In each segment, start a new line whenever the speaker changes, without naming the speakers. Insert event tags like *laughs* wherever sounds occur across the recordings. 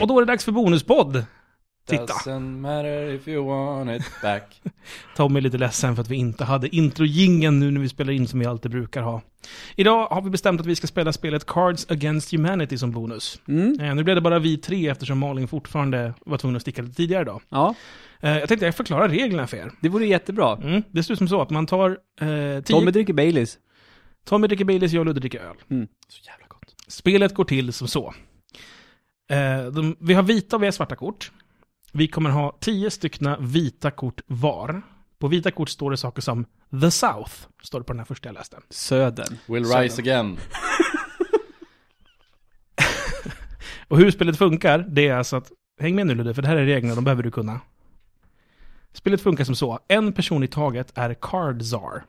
Och då är det dags för bonuspodd. Titta.
Doesn't matter if you want it back.
Tommy är lite ledsen för att vi inte hade introjingeln nu när vi spelar in som vi alltid brukar ha. Idag har vi bestämt att vi ska spela spelet Cards Against Humanity som bonus.
Mm.
Eh, nu blev det bara vi tre eftersom Malin fortfarande var tvungen att sticka lite tidigare idag.
Ja,
Eh, jag tänkte jag förklarar reglerna för er.
det vore jättebra.
Mm. Det ser ut som så att man tar... Eh,
Tommy
tio... Tommy...
dricker Baileys.
dricker Baileys, jag och Ludde dricker öl.
Mm.
Så jävla gott. Spelet går till som så. Eh, de, vi har vita och vi har svarta kort. Vi kommer ha tio styckna vita kort var. På vita kort står det saker som The South, står det på den här första jag läste.
Södern.
Will
Sen
rise again.
Och hur spelet funkar, det är alltså att, häng med nu Ludde, för det här är reglerna, de behöver du kunna. Spelet funkar som så, en person i taget är Card Czar.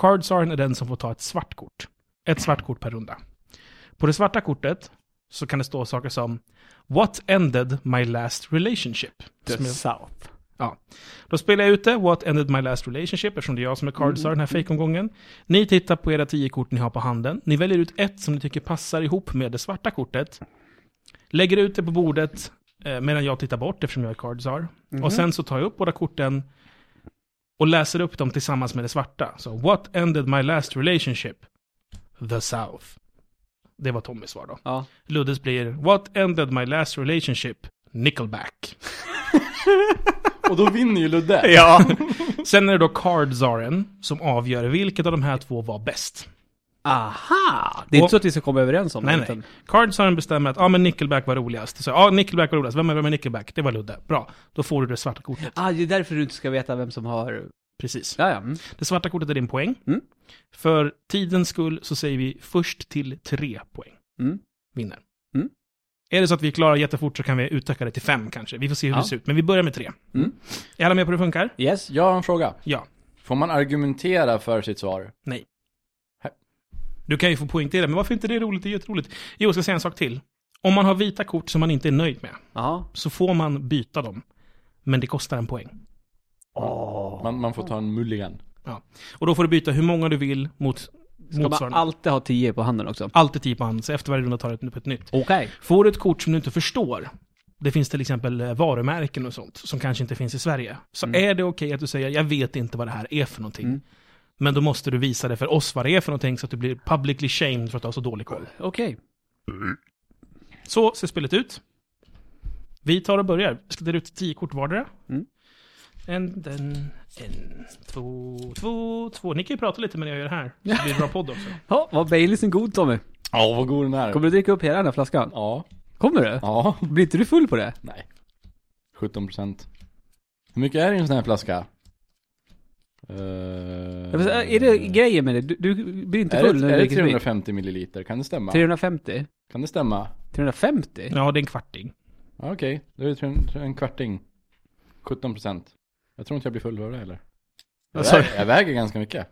Card Czaren är den som får ta ett svart kort. Ett svart kort per runda. På det svarta kortet så kan det stå saker som What ended my last relationship? Som är-
South.
Ja. Då spelar jag ut det, What ended my last relationship, eftersom det är jag som är cardstar den här fejkomgången. Ni tittar på era tio kort ni har på handen. Ni väljer ut ett som ni tycker passar ihop med det svarta kortet. Lägger ut det på bordet eh, medan jag tittar bort, eftersom jag är cardstar. Och sen så tar jag upp båda korten och läser upp dem tillsammans med det svarta. Så What ended my last relationship? The South. Det var Tommys svar då.
Ja.
Luddes blir What ended my last relationship? Nickelback.
Och då vinner
*laughs*
ju Ludde.
Ja. *laughs* Sen är det då Cardzaren som avgör vilket av de här två var bäst.
Aha! Det är inte
Och-
så att vi ska komma överens om
Nej,
det.
nej. Cardzaren bestämmer att ja, men Nickelback var roligast. Så ja, Nickelback var roligast. Vem är, vem är Nickelback? Det var Ludde. Bra. Då får du det svarta kortet.
Ah, det är därför du inte ska veta vem som har...
Precis.
Ja, ja. Mm.
Det svarta kortet är din poäng.
Mm.
För tidens skull så säger vi först till tre poäng
Mm.
vinner.
Mm.
Är det så att vi klarar jättefort så kan vi utöka det till fem kanske. Vi får se hur
Ja.
det ser ut. Men vi börjar med tre.
Mm.
Är alla med på hur det funkar?
Yes.
Jag har en fråga.
Ja.
Får man argumentera för sitt svar?
Nej.
Här.
Du kan ju få poängtera, men varför inte det är roligt? Det är jätteroligt. Jo, jag ska säga en sak till. Om man har vita kort som man inte är nöjd med,
Ja.
så får man byta dem. Men det kostar en poäng.
Man, man får ta en mulligan.
Ja. Och då får du byta hur många du vill mot
Ska man
motsvarande. Ah,
alltid ha 10 på handen också?
Alltid tio på hand, så efter varje runda tar du ett, ett nytt.
Okej.
Får du ett kort som du inte förstår, det finns till exempel eh, varumärken och sånt, som kanske inte finns i Sverige, så är det okej att du säger jag vet inte vad det här är för någonting. Men då måste du visa det för oss vad det är för någonting, så att du blir publicly shamed för att du har så dålig koll.
Okej.
Så ser spelet ut. Vi tar och börjar. Vi ska dela ut tio kort vardera.
Mm.
En, den, en, två, två, två. Ni kan ju prata lite medan jag gör det *laughs* här. Så det blir bra podd också.
Ja, var Baileysen god Tommy?
Ja, vad god den är.
Kommer du dricka upp hela den här flaskan?
Ja.
Kommer du?
Ja.
Blir inte du full på det?
Nej. 17 procent. Hur mycket är det i en sån här flaska? Eh,
Jag vill säga, Är det grejen med det? Du, du blir inte
Mm. är
full när
det,
du
är det
dricker sprit?
350 milliliter? Kan det stämma?
350?
Kan det stämma?
350?
Ja, det är en kvarting.
Ja, Okej, då är det tre- tre- en kvarting. 17 procent. Jag tror inte jag blir full av det heller. Jag,
Alltså-
väger, jag väger ganska mycket.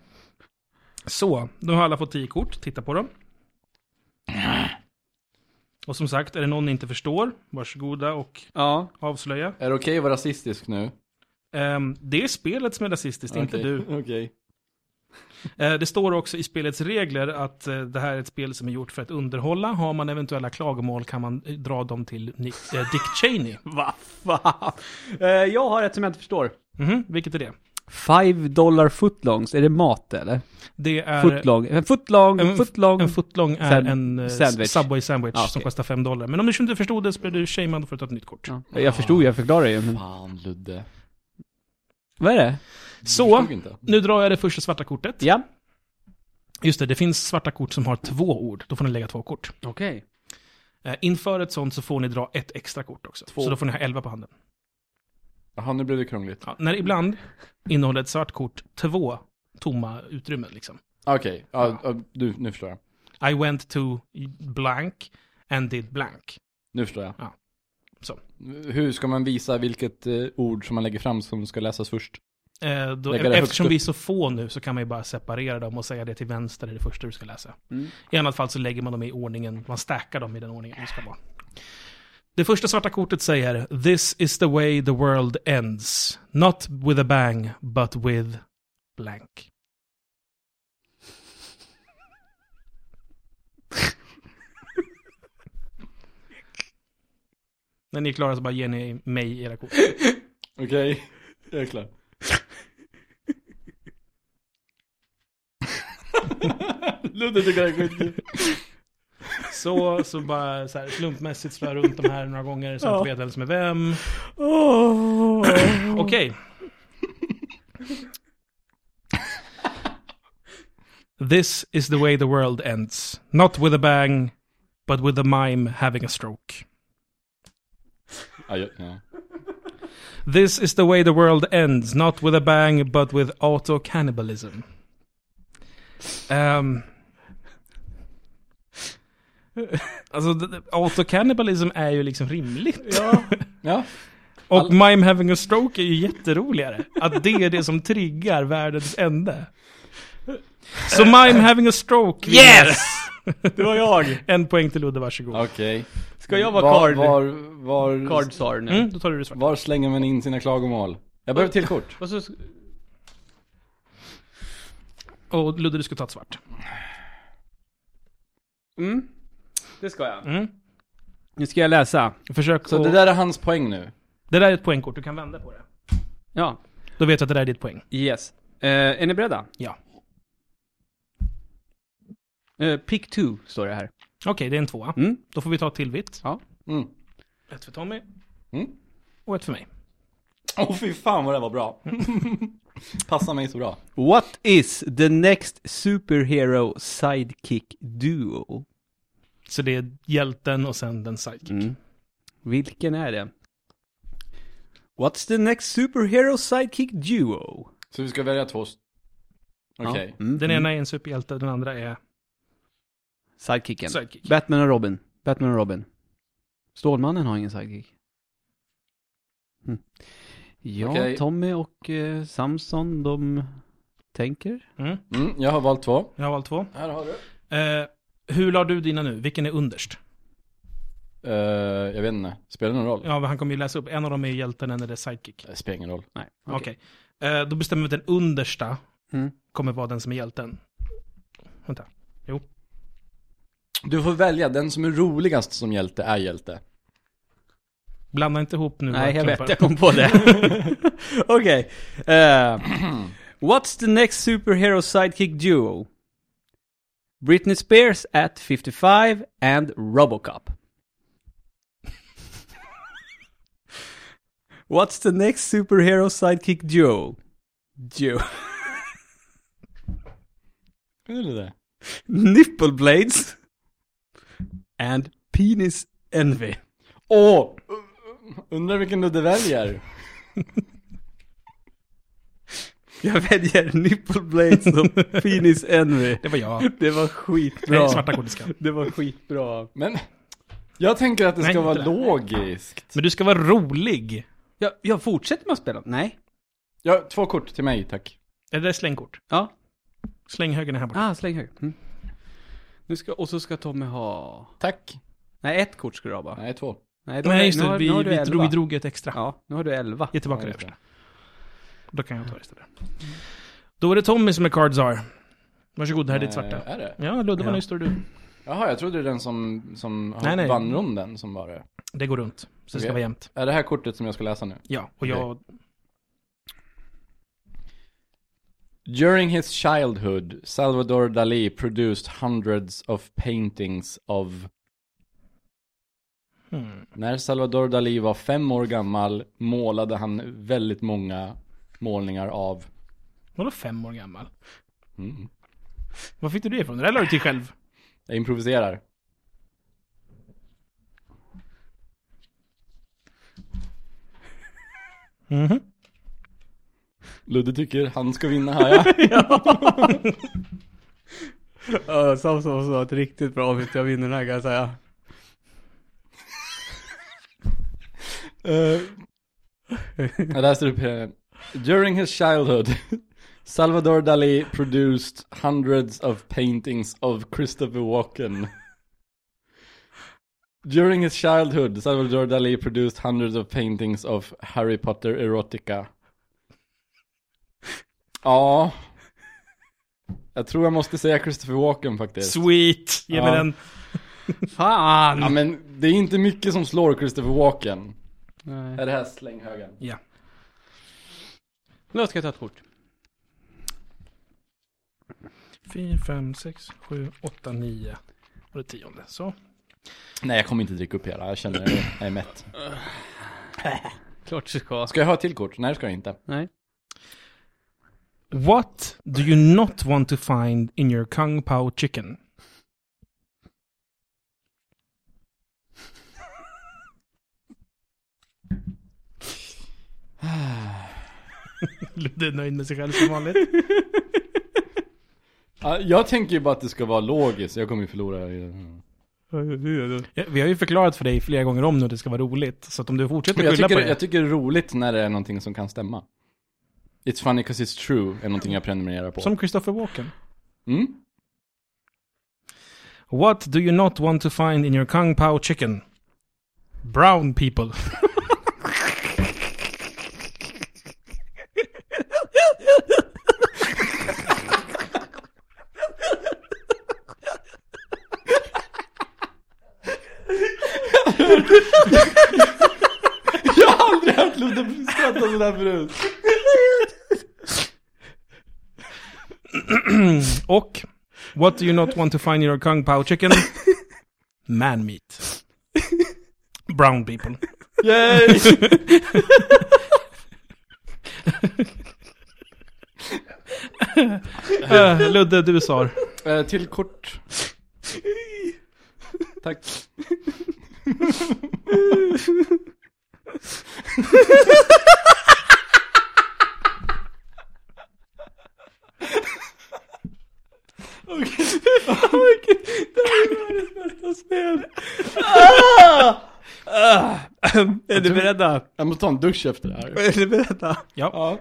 Så, nu har alla fått tio kort. Titta på dem. Och som sagt, är det någon ni inte förstår, varsågoda och
Ja.
avslöja.
Är det okej att vara rasistisk nu?
Ehm, det är spelet som är rasistiskt, inte
Okej,
du.
Okej.
Eh, Det står också i spelets regler att eh, det här är ett spel som är gjort för att underhålla. Har man eventuella klagomål kan man eh, dra dem till Nick, eh, Dick Cheney.
Va fan? Eh, Jag har ett som jag inte förstår.
Mhm, vilket är det?
Five dollar footlongs, är det mat eller?
Det är...
Footlong, en footlong,
En,
footlong.
en footlong är
Sand-
en eh,
sandwich.
Subway sandwich
Ah, okej.
som kostar 5 dollar. Men om du inte förstod det så blev du shamed för att ta ett nytt kort.
Ja, Jag förstod, jag förklarade ju. men-
Fan Ludde.
Vad är det?
Jag
Så,
förstod inte.
nu drar jag det första svarta kortet.
Ja.
Just det, det finns svarta kort som har två ord. Då får ni lägga två kort.
Okej.
Eh, Inför ett sånt så får ni dra ett extra kort också.
Två.
Så då får ni ha 11 på handen.
Jaha, nu blev det krångligt.
Ja, när ibland innehåller ett svart kort två tomma utrymmen liksom.
Okej, ja, ja, du, nu förstår jag.
I went to blank and did blank.
Nu förstår jag.
Ja. Så.
Hur ska man visa vilket eh, ord som man lägger fram som ska läsas först?
Eh, då,
Lägga det högst
eftersom
upp.
vi är så få nu så kan man ju bara separera dem och säga det till vänster är det första du ska läsa.
Mm.
I annat fall så lägger man dem i ordningen, man stackar dem i den ordningen det ska vara. Det första svarta kortet säger This is the way the world ends. Not with a bang, but with blank. *laughs* När ni är klara så bara ger ni mig era kort.
Okej, jag är *laughs* klar. Ludde tycker det är skitkul.
Så, så bara så här, slumpmässigt slår jag runt de här några gånger så jag inte vet vem som är vem. Okej. This is the way the world ends. Not with a bang, but with a mime having a stroke.
Ja, jag- ja.
This is the way the world ends, not with a bang, but with auto cannibalism. Um, *laughs* alltså, d- d- auto cannibalism är ju liksom rimligt.
ja.
Och
All-
mime having a stroke är ju jätteroligare. Att det är det som triggar världens ände. Så mime having a stroke Yes!
Det var jag!
en poäng till Ludde, varsågod.
Okej.
Ska jag vara
Var,
card?
var, var,
Card czar nu?
Mm, då tar du det svart.
var slänger man in sina klagomål? Jag behöver till kort.
Och så,
Och Ludde, du ska ta ett svart.
Mm. Det ska jag.
Mm.
Nu ska jag läsa.
Försök
Så
att...
det där är hans poäng nu.
det där är ett poängkort, du kan vända på det.
Ja.
Då vet jag att det där är ditt poäng.
Yes. Eh, är ni beredda?
Ja.
Eh, pick two står det här.
Okej, det är en tvåa.
Mm.
Då får vi ta ett till vitt.
Mm.
Ett för Tommy
Mm.
och ett för mig.
Åh fy fan vad det var bra. *laughs* Passar mig så bra.
what is the next superhero sidekick duo?
Så det är hjälten och sen den sidekick.
Mm. Vilken är det?
What's the next superhero sidekick duo?
Så vi ska välja två. st- Okej.
Ja. Mm.
Den ena är en superhjälte, den andra är
Sidekicken.
sidekick.
Batman och Robin. Batman och Robin. Stålmannen har ingen sidekick. Mm. Ja,
Okej.
Tommy och eh, Samson, de tänker.
Mm.
Mm, jag har valt två.
Jag har valt två.
Här har du.
Eh, hur la du dina nu? Vilken är underst?
Eh, jag vet inte. Spelar det någon roll?
Ja, men han kommer ju läsa upp. En av dem är hjälten, en är det sidekick.
Det spelar ingen roll.
Nej.
Okej. Eh, då bestämmer vi att den understa
Mm.
kommer vara den som är hjälten. Vänta.
Du får välja. Den som är roligast som hjälte är hjälte.
Blanda inte ihop nu.
Nej,
våra
jag vet.
klumpar.
Jag kom på det. *laughs* Okej. Eh, what's the next superhero sidekick duo? Britney Spears at 55 and Robocop. *laughs* what's the next superhero sidekick duo? Duo. *laughs*
Är det det?
Nipple blades and penis envy.
Åh! Undrar vilken du väljer.
Jag väljer nipple blades och penis envy.
Det var jag.
Det var
Bra.
skitbra.
Nej, svarta kortet ska.
Det var skitbra.
Men jag tänker att det ska
Nej,
vara
inte det.
logiskt.
Men du ska vara rolig.
Jag, jag fortsätter med att spela? Nej.
Ja, två kort till mig tack.
Är det slängkort?
Ja.
Släng högen här borta.
Ah, släng höger. Mm. Nu ska, och så ska Tommy ha...
Tack.
Nej, ett kort ska du ha bara.
Nej, två.
Nej, då-
Nej, just
nu
det.
har-
Vi,
nu har du
vi,
elva.
drog, vi drog ett extra.
Ja, nu har du elva.
Ge tillbaka det
Ja,
översta. Då kan jag ta det istället. Då är det Tommy som är Card Czar. Varsågod, det här är ditt svarta.
Eh, Är det?
Ja, Ludde, vad
Ja.
nyss står du.
Jaha, jag trodde det är den som, som har-
Nej, nej.
vann ronden som var det.
Det går runt. Så det ska
Okej.
vara jämnt.
Är det här kortet som jag ska läsa nu?
Ja, och jag...
During his childhood, Salvador Dali produced hundreds of paintings of...
Hmm.
När Salvador Dali var fem år gammal målade han väldigt många målningar av...
Vadå fem år gammal?
Mm.
Var fick du det ifrån? Det där la du till själv.
Jag improviserar.
Mhm.
Ludde tycker han ska vinna här ja.
Ja, Samson måste ha ett riktigt bra avsnitt. Jag vinner den här kan jag säga.
Eh, Jag läser upp eh, During his childhood, Salvador Dali produced hundreds of paintings of Christopher Walken. During his childhood, Salvador Dali produced hundreds of paintings of Harry Potter erotica. Ja. Jag tror jag måste säga Christopher Walken faktiskt.
Sweet! Ge mig
Ja.
den.
Fan!
Ja men det är inte mycket som slår Christopher Walken.
Nej.
Är det här slänghögen?
Ja.
Nu ska jag ta ett kort.
4, 5, 6, 7, 8, 9. Och det tionde. Så.
Nej jag kommer inte dricka upp hela, jag känner att jag är mätt.
Klart du ska.
Ska jag ha ett till kort? Nej det ska jag inte.
Nej.
What do you not want to find in your kung pao chicken? Ludde är nöjd med sig själv som vanligt.
Ja, jag tänker ju bara att det ska vara logiskt, jag kommer ju förlora. i den.
Ja, Vi har ju förklarat för dig flera gånger om nu att det ska vara roligt. Så att om du fortsätter
Men jag,
skylla på
tycker,
det.
jag tycker det är roligt när det är någonting som kan stämma. It's funny 'cause it's true är någonting jag prenumererar på.
Som Christopher Walken.
Mm?
What do you not want to find in your kung pao chicken? Brown people. *laughs*
Jag har aldrig hört Ludde skratta sådär förut.
Och What do you not want to find in your kung pao *laughs* chicken? Man meat. Brown people.
Yay!
Eh, Ludde, du sa.
Eh, till kort. Tack.
Är ni beredda?
Jag måste ta en dusch efter det här.
Är ni beredda?
Ja.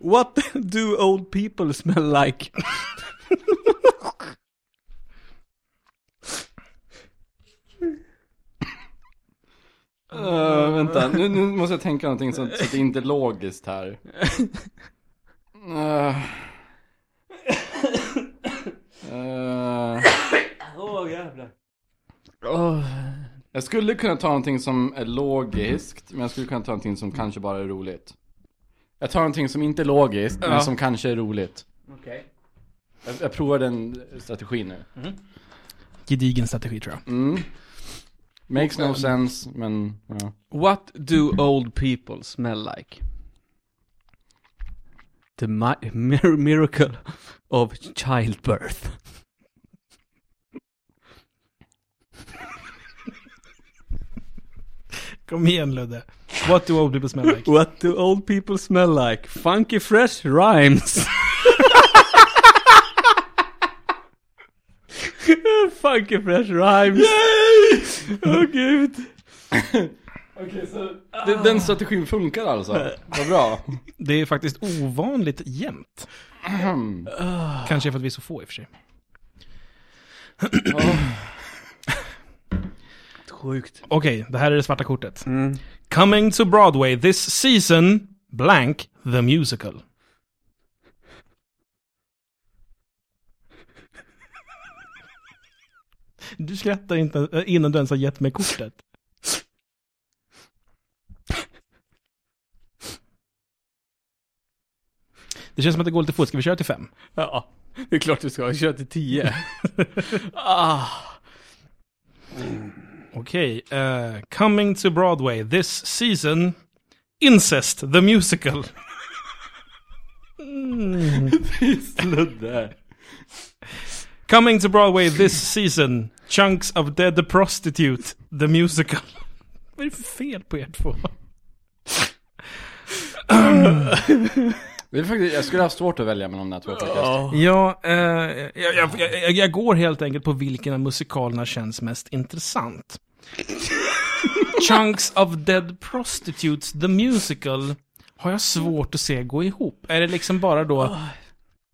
What do old people smell like?
Eh, vänta, nu, nu måste jag tänka någonting så, så att det inte är logiskt här.
*laughs*
Eh. Eh.
Åh jävlar.
Åh. Jag skulle kunna ta någonting som är logiskt, men jag skulle kunna ta någonting som kanske bara är roligt. Jag tar någonting som inte är logiskt, men som kanske är roligt.
Okej.
Jag, jag provar den strategin nu.
Gedigen strategi tror jag.
Mm. Makes no sense, men ja.
What do old people smell like? The mi- mir- miracle of childbirth.
Kom igen Ludde. What do old people smell like?
What do old people smell like? Funky fresh rhymes. *laughs* Funky fresh rhymes. Yay! Åh gud.
*laughs* Okej, så... Den, den strategin funkar alltså? *laughs* Vad bra.
Det är faktiskt ovanligt jämnt. Kanske för att vi är så få i och för sig.
Sjukt.
Okej, det här är det svarta kortet. Coming to Broadway this season, blank, the musical. Du skrattar inte äh, innan du ens har gett mig kortet. Det känns som att det går lite fort. Ska vi köra till fem?
Ja, det är klart du ska. Kör till tio.
*laughs*
ah.
Okej. eh, coming to Broadway this season, Incest the musical.
Sludde.
Coming to Broadway this season, Chunks of Dead the Prostitute, the musical. *laughs* Vad är det för fel på er två?
Det är faktiskt, jag skulle ha haft svårt att välja mellan de här två faktiskt.
Ja, eh, jag, jag, jag, jag går helt enkelt på vilken av musikalerna känns mest intressant. *laughs* Chunks of Dead Prostitutes, the musical, har jag svårt att se gå ihop. Är det liksom bara då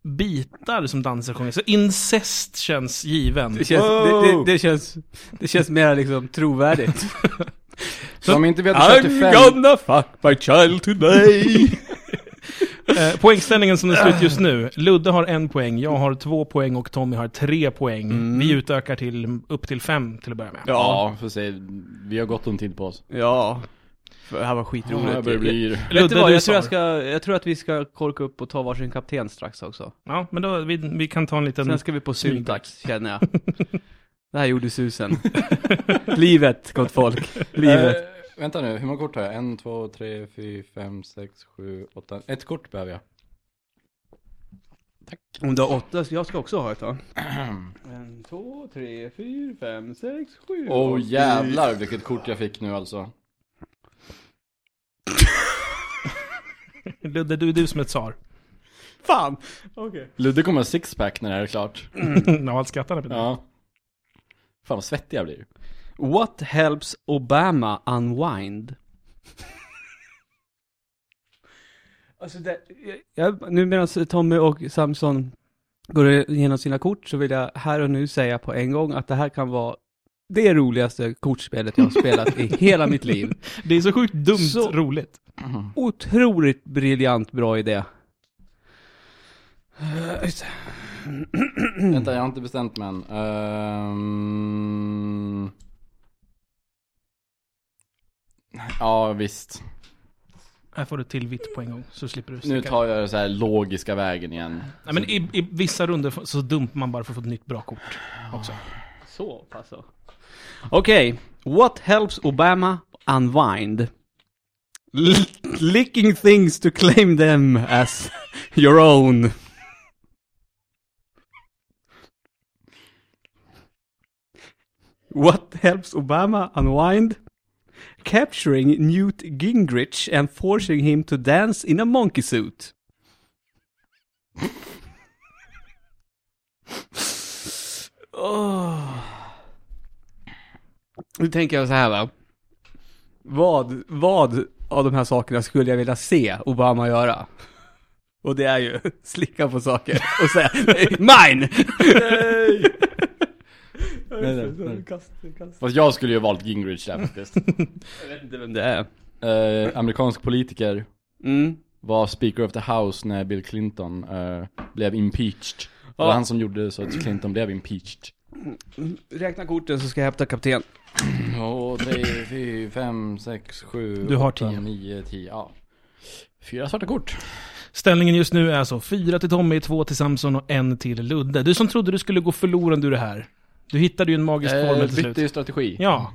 bitar som dansar och sjunger? Så incest känns given. *laughs*
Det känns, det, det, det känns, det känns mer liksom trovärdigt.
*laughs* Så om inte vi hade kört till
I'm
fem, *laughs*
gonna fuck my child today.
Eh, poängställningen som den ser ut just nu. Ludde har en poäng, jag har två poäng och Tommy har tre poäng. Vi utökar till upp till fem till att börja med.
Mm. Ja, får se. Vi har gott om tid på oss.
Ja. För det här var
Ja,
skitroligt.
jag börjar bli yr.
Vet du
Ludde,
vad,
du
jag tror, jag,
sa.
ska, jag tror att vi ska korka upp och ta varsin kapten strax också.
Ja, men då, vi, vi kan ta en liten...
Sen ska vi på
Smygdags.
syntax, känner jag. Det här gjorde *laughs* susen. Livet, gott folk. Livet.
Eh, vänta nu, hur många kort har jag? En, två, tre, fyra, fem, sex, sju, åtta. Ett kort behöver jag.
Om du har åtta, så jag ska också ha ett va? En, två, tre, fyra, fem, sex, sju.
Åh oh, jävlar vilket kort jag fick nu alltså.
Ludde, du är du som är ett tsar. *laughs*
Fan! Okej.
Ludde kommer ha sixpack när det här är klart.
ja, allt skrattar på det.
Ja. Fan vad svettig jag blir.
What helps Obama unwind? alltså det, jag, nu medan Tommy och Samson går igenom sina kort så vill jag här och nu säga på en gång att det här kan vara det roligaste kortspelet jag har spelat
*laughs*
i hela mitt liv.
Det är så sjukt dumt
Så-
roligt.
Otroligt briljant bra idé.
Eh,
Vänta, jag har inte bestämt mig än. Ehm. Ja, visst.
Här får du till vitt på en gång, så slipper du
Nu
sticka.
tar jag den så här logiska vägen igen.
Nej, men i, i vissa runder f- så dumt man bara för att få ett nytt bra kort. Också.
Så pass så. Okej. What helps Obama unwind? L- licking things to claim them as your own. What helps Obama unwind? Capturing Newt Gingrich and forcing him to dance in a monkey suit. *laughs* Åh. Nu tänker jag så här va. Vad, vad av de här sakerna skulle jag vilja se Obama göra? Och det är ju *laughs* slicka på saker och säga mine!
nej, nej. Fast jag skulle ju ha valt Gingrich där *laughs* faktiskt.
Jag vet inte vem det är.
Eh, amerikansk politiker
Mm.
var speaker of the house när Bill Clinton eh, blev impeached. Det var
Ja.
han som gjorde så att Clinton blev impeached.
Räkna korten så ska jag hämta kapten.
Åh, tre, fyra, fem, sex, sju,
Du har
åtta,
tio.
nio, tio, ja. Fyra svarta kort.
Ställningen just nu är alltså fyra till Tommy, två till Samson och en till Ludde. Du som trodde du skulle gå förlorande ur det här. Du hittade ju en magisk formel
Eh,
till
bytte
slut.
ju strategi.
*laughs*
Ja,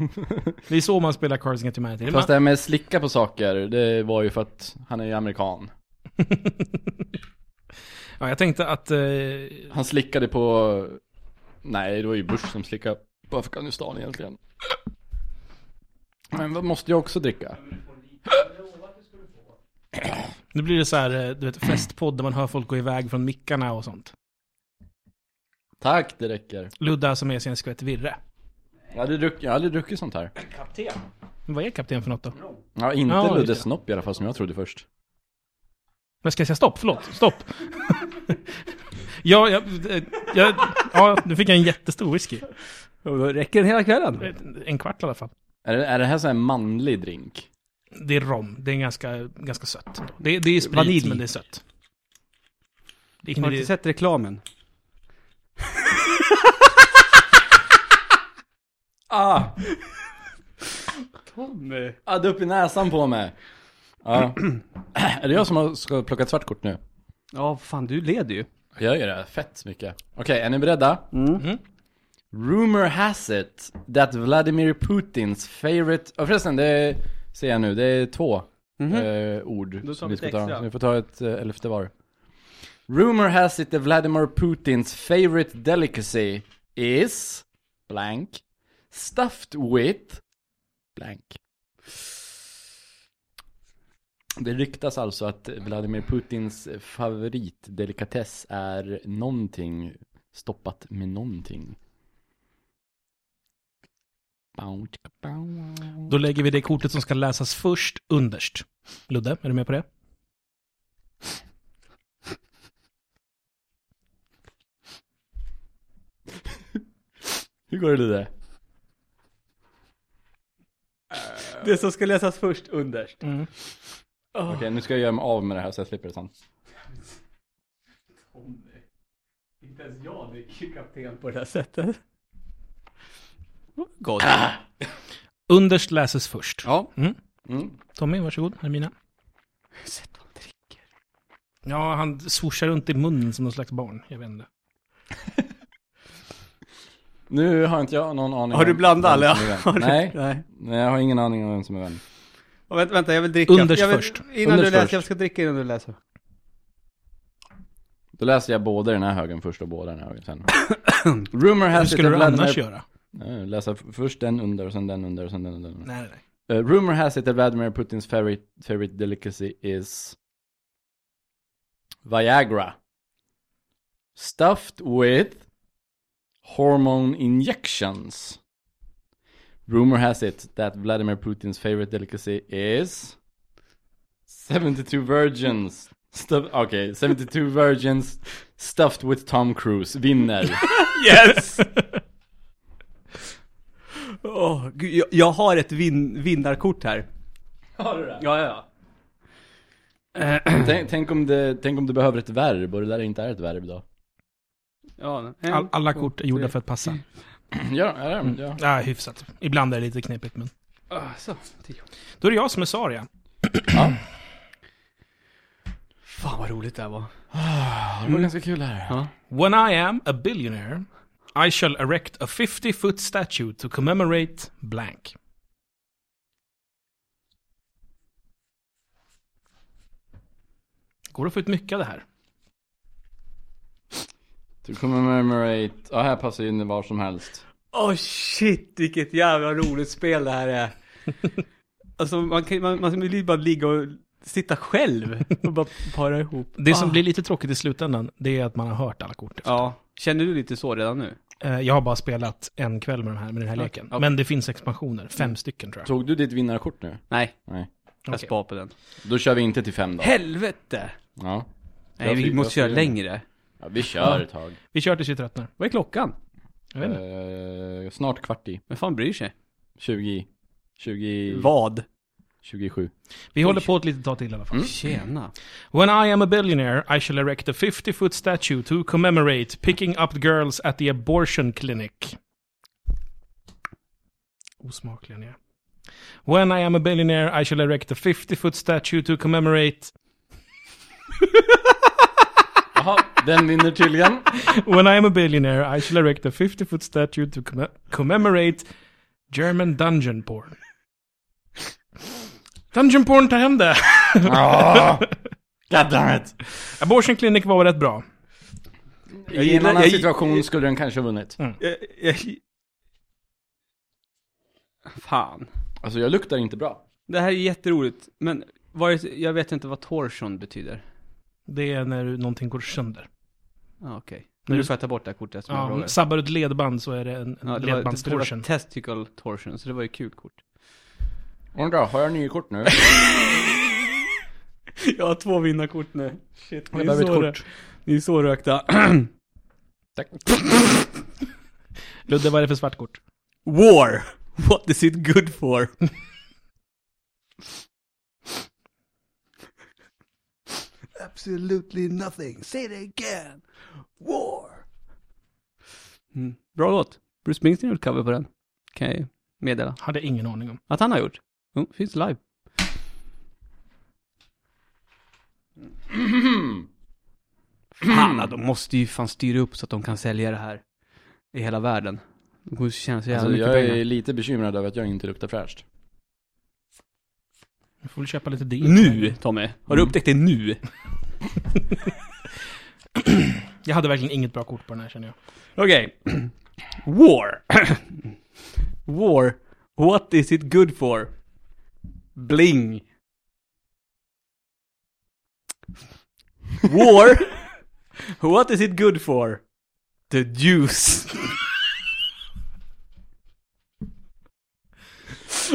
det är så man spelar Cards Against Humanity.
Fast
man,
det här med slicka på saker, det var ju för att han är ju amerikan.
ja, jag tänkte att... Eh,
Han slickade på... Nej, det var ju Bush som slickade på Afghanistan egentligen. Men vad måste jag också dricka?
nu blir det så här, eh, du vet, festpodd där man hör folk gå iväg från mickarna och sånt.
Tack, det räcker.
Ludde har alltså med sig en skvätt virre.
Jag har aldrig druckit, jag har aldrig druckit sånt här.
Men vad är kapten för något då?
Ja, inte
Ja, just
Ludde
det.
Snopp i alla fall som jag trodde först.
Men ska jag säga stopp? Förlåt, stopp. *laughs* ja, jag, eh, jag, ja, nu fick jag en jättestor whisky.
Och då räcker den hela kvällen.
En kvart i alla fall.
Är det, är det här sån här manlig drink?
Det är rom, det är ganska, ganska sött. ändå. Det, det är sprit,
Vanilj.
men det är sött. Det
Har
är,
du inte
det,
sett reklamen? *laughs*
Ah,
Tommy.
hade upp i näsan på mig. Ja. *clears throat* är det jag som har- ska plocka ett svart kort nu?
Ja, fan du leder ju.
Jag gör det fett mycket. Okej, är ni beredda?
Mm.
Rumor has it that Vladimir Putins favorite... Ja förresten, det ser jag nu. Det är två eh, ord
tar
som
vi
vi ska
ett
ta.
extra.
Så vi får ta ett eh, elfte var. Rumor has it that Vladimir Putins favorite delicacy is... Blank. Stuffed with... Blank. Det ryktas alltså att Vladimir Putins favoritdelikatess är någonting stoppat med någonting. Bow, chicka, bow, wow.
då lägger vi det kortet som ska läsas först underst. Ludde, är du med på det?
Hur går det Ludde?
Det som ska läsas först underst.
Mm.
Okej, nu ska jag göra mig av med det här så jag slipper det sen.
om dig. Inte ens jag dricker ju kapten på det här sättet.
God.
Ah. Underst läses först.
Ja.
Mm.
Mm.
Tommy, varsågod. Här är mina.
Sätt vad han dricker.
Ja, han swooshar runt i munnen som någon slags barn. Jag vet inte.
Nu har inte jag någon aning
Har du
om
blandat
vem
alla?
som är vem.
Har du-
Nej.
Nej.
Nej, jag har ingen aning om vem som är vem.
Och vänta, vänta, jag vill dricka.
Underst
jag vill,
först.
Innan
Underst
du läser,
först.
jag ska dricka innan du läser.
Då läser jag båda den här högen först och båda den här högen sen. Rumor
Hur
has it
skulle
that
du annars
Vladimir...
göra?
Nej, Läsa f- först den under och sen den under och sen den under.
Nej, nej, nej.
Uh, rumor has it that Vladimir Putin's favorite, favorite delicacy is Viagra. Stuffed with hormone injections. Rumor has it that Vladimir Putin's favorite delicacy is 72 virgins. Stuff, okay, *laughs* 72 virgins stuffed with Tom Cruise. Vinner. *laughs*
Yes!
*laughs* Åh, gud, jag, jag har ett vin, vinnarkort här.
Har du det?
Ja, ja, ja.
Tänk, tänk, om det, tänk om det behöver ett verb och det där inte är ett verb då.
ja en,
All, alla kort är gjorda för att passa.
Ja, ja, ja.
Ja, hyfsat. Ibland är det lite knepigt, men...
Ah, så, tio.
Då är det jag som är Saria.
Fan vad roligt det här var.
Det var ganska kul här.
When I am a billionaire, I shall erect a 50-foot statue to commemorate blank. Går det att få ut mycket av det här?
To commemorate, ja här passar ju in var som helst.
Åh shit, vilket jävla roligt spel det
*laughs*
här är. Alltså man, kan, man, man vill ju bara ligga och sitta själv och bara para ihop. Ah.
Det som blir lite tråkigt i slutändan, det är att man har hört alla kort.
Ja, känner du lite så redan nu?
Eh, Jag har bara spelat en kväll med, de här, med den här leken. Men det finns expansioner, fem stycken tror jag.
Tog du ditt vinnarkort nu?
Nej,
Nej.
jag
Okej.
spar på den.
Då kör vi inte till fem då.
Helvete!
Ja.
Nej,
Jag
vi
fick-
måste
jag
köra
fick-
längre.
ja vi kör ett tag.
Vi kör tills vi tröttnar.
Vad är klockan?
Jag vet inte.
Eh, snart kvart i.
Vem fan bryr sig?
20. 20.
Vad?
27.
Vi håller på ett litet tag till i alla
Mm.
fall.
Tjena.
When I am a billionaire, I shall erect a 50 foot statue to commemorate picking up girls at the abortion clinic. Osmakliga ni är. When I am a billionaire, I shall erect a 50 foot statue to commemorate.
Jaha, den vinner *laughs* tydligen.
When I am a billionaire, I shall erect a 50 foot statue to comm- commemorate German dungeon porn. Dungeon porn tar hem det!
Oh, God damn it.
Abortion clinic var rätt bra.
I en
gillar-
annan
jag-
situation skulle den kanske ha vunnit.
Jag, jag... Fan.
Alltså jag luktar inte bra.
Det här är jätteroligt, men vad är, det- jag vet inte vad torsion betyder.
Det är när någonting går sönder.
Ah, Okej.
När
Nu
du-
får jag ta bort det här kortet som jag
Ja,
frågade.
sabbar du ett ledband så är det en, en
Ja, det, var, det, det
ledbandstorsion.
var testicle torsion, så det var ju kul kort.
Undrar, har jag nya kort nu?
*laughs* Jag har två vinnarkort nu. Shit, ni
Jag behöver ett
är,
kort.
så rökta. *clears throat*
Tack.
Ludde, vad är det för svart kort?
War! What is it good for? *laughs* Absolutely nothing. Say it again. War! Mm. Bra låt. Bruce Springsteen har gjort cover på den. Kan jag ju meddela.
Hade ingen aning om.
Att han har gjort. Jo, finns live. Fan, de måste ju fan styra upp så att de kan sälja det här i hela världen. Det kommer ju tjäna så jävla
Alltså,
mycket
jag
pengar.
är lite bekymrad över att jag inte luktar fräscht.
Vi får väl köpa lite dill.
Nu, Tommy! Har du upptäckt det nu?
Jag hade verkligen inget bra kort på den här
*laughs*
känner jag.
Okej. *clears throat* War. *clears throat* War. What is it good for? Bling. War. *laughs* What is it good for?
*laughs*
The juice.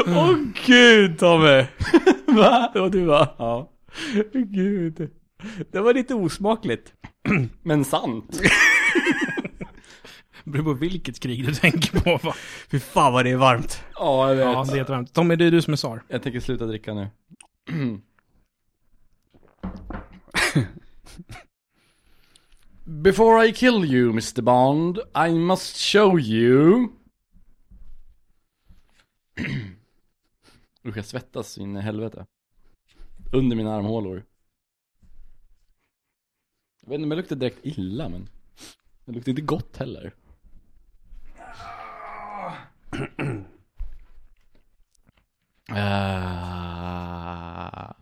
Åh
*laughs*
gud Tommy! Va? Det var du va? Ja. Gud. Det var lite osmakligt.
Men sant.
Det beror på vilket krig du tänker på va?
Fy fan vad det är varmt.
Ja, jag vet.
Ja, det är jättevarmt. Tommy, det är du som är tsar.
Jag tänker sluta dricka nu. *clears throat* Before I kill you, Mr Bond, I must show you... *clears throat* Usch, jag svettas in i helvete. Under mina armhålor. Jag vet inte om jag luktar direkt illa, men... Det luktar inte gott heller. Ah.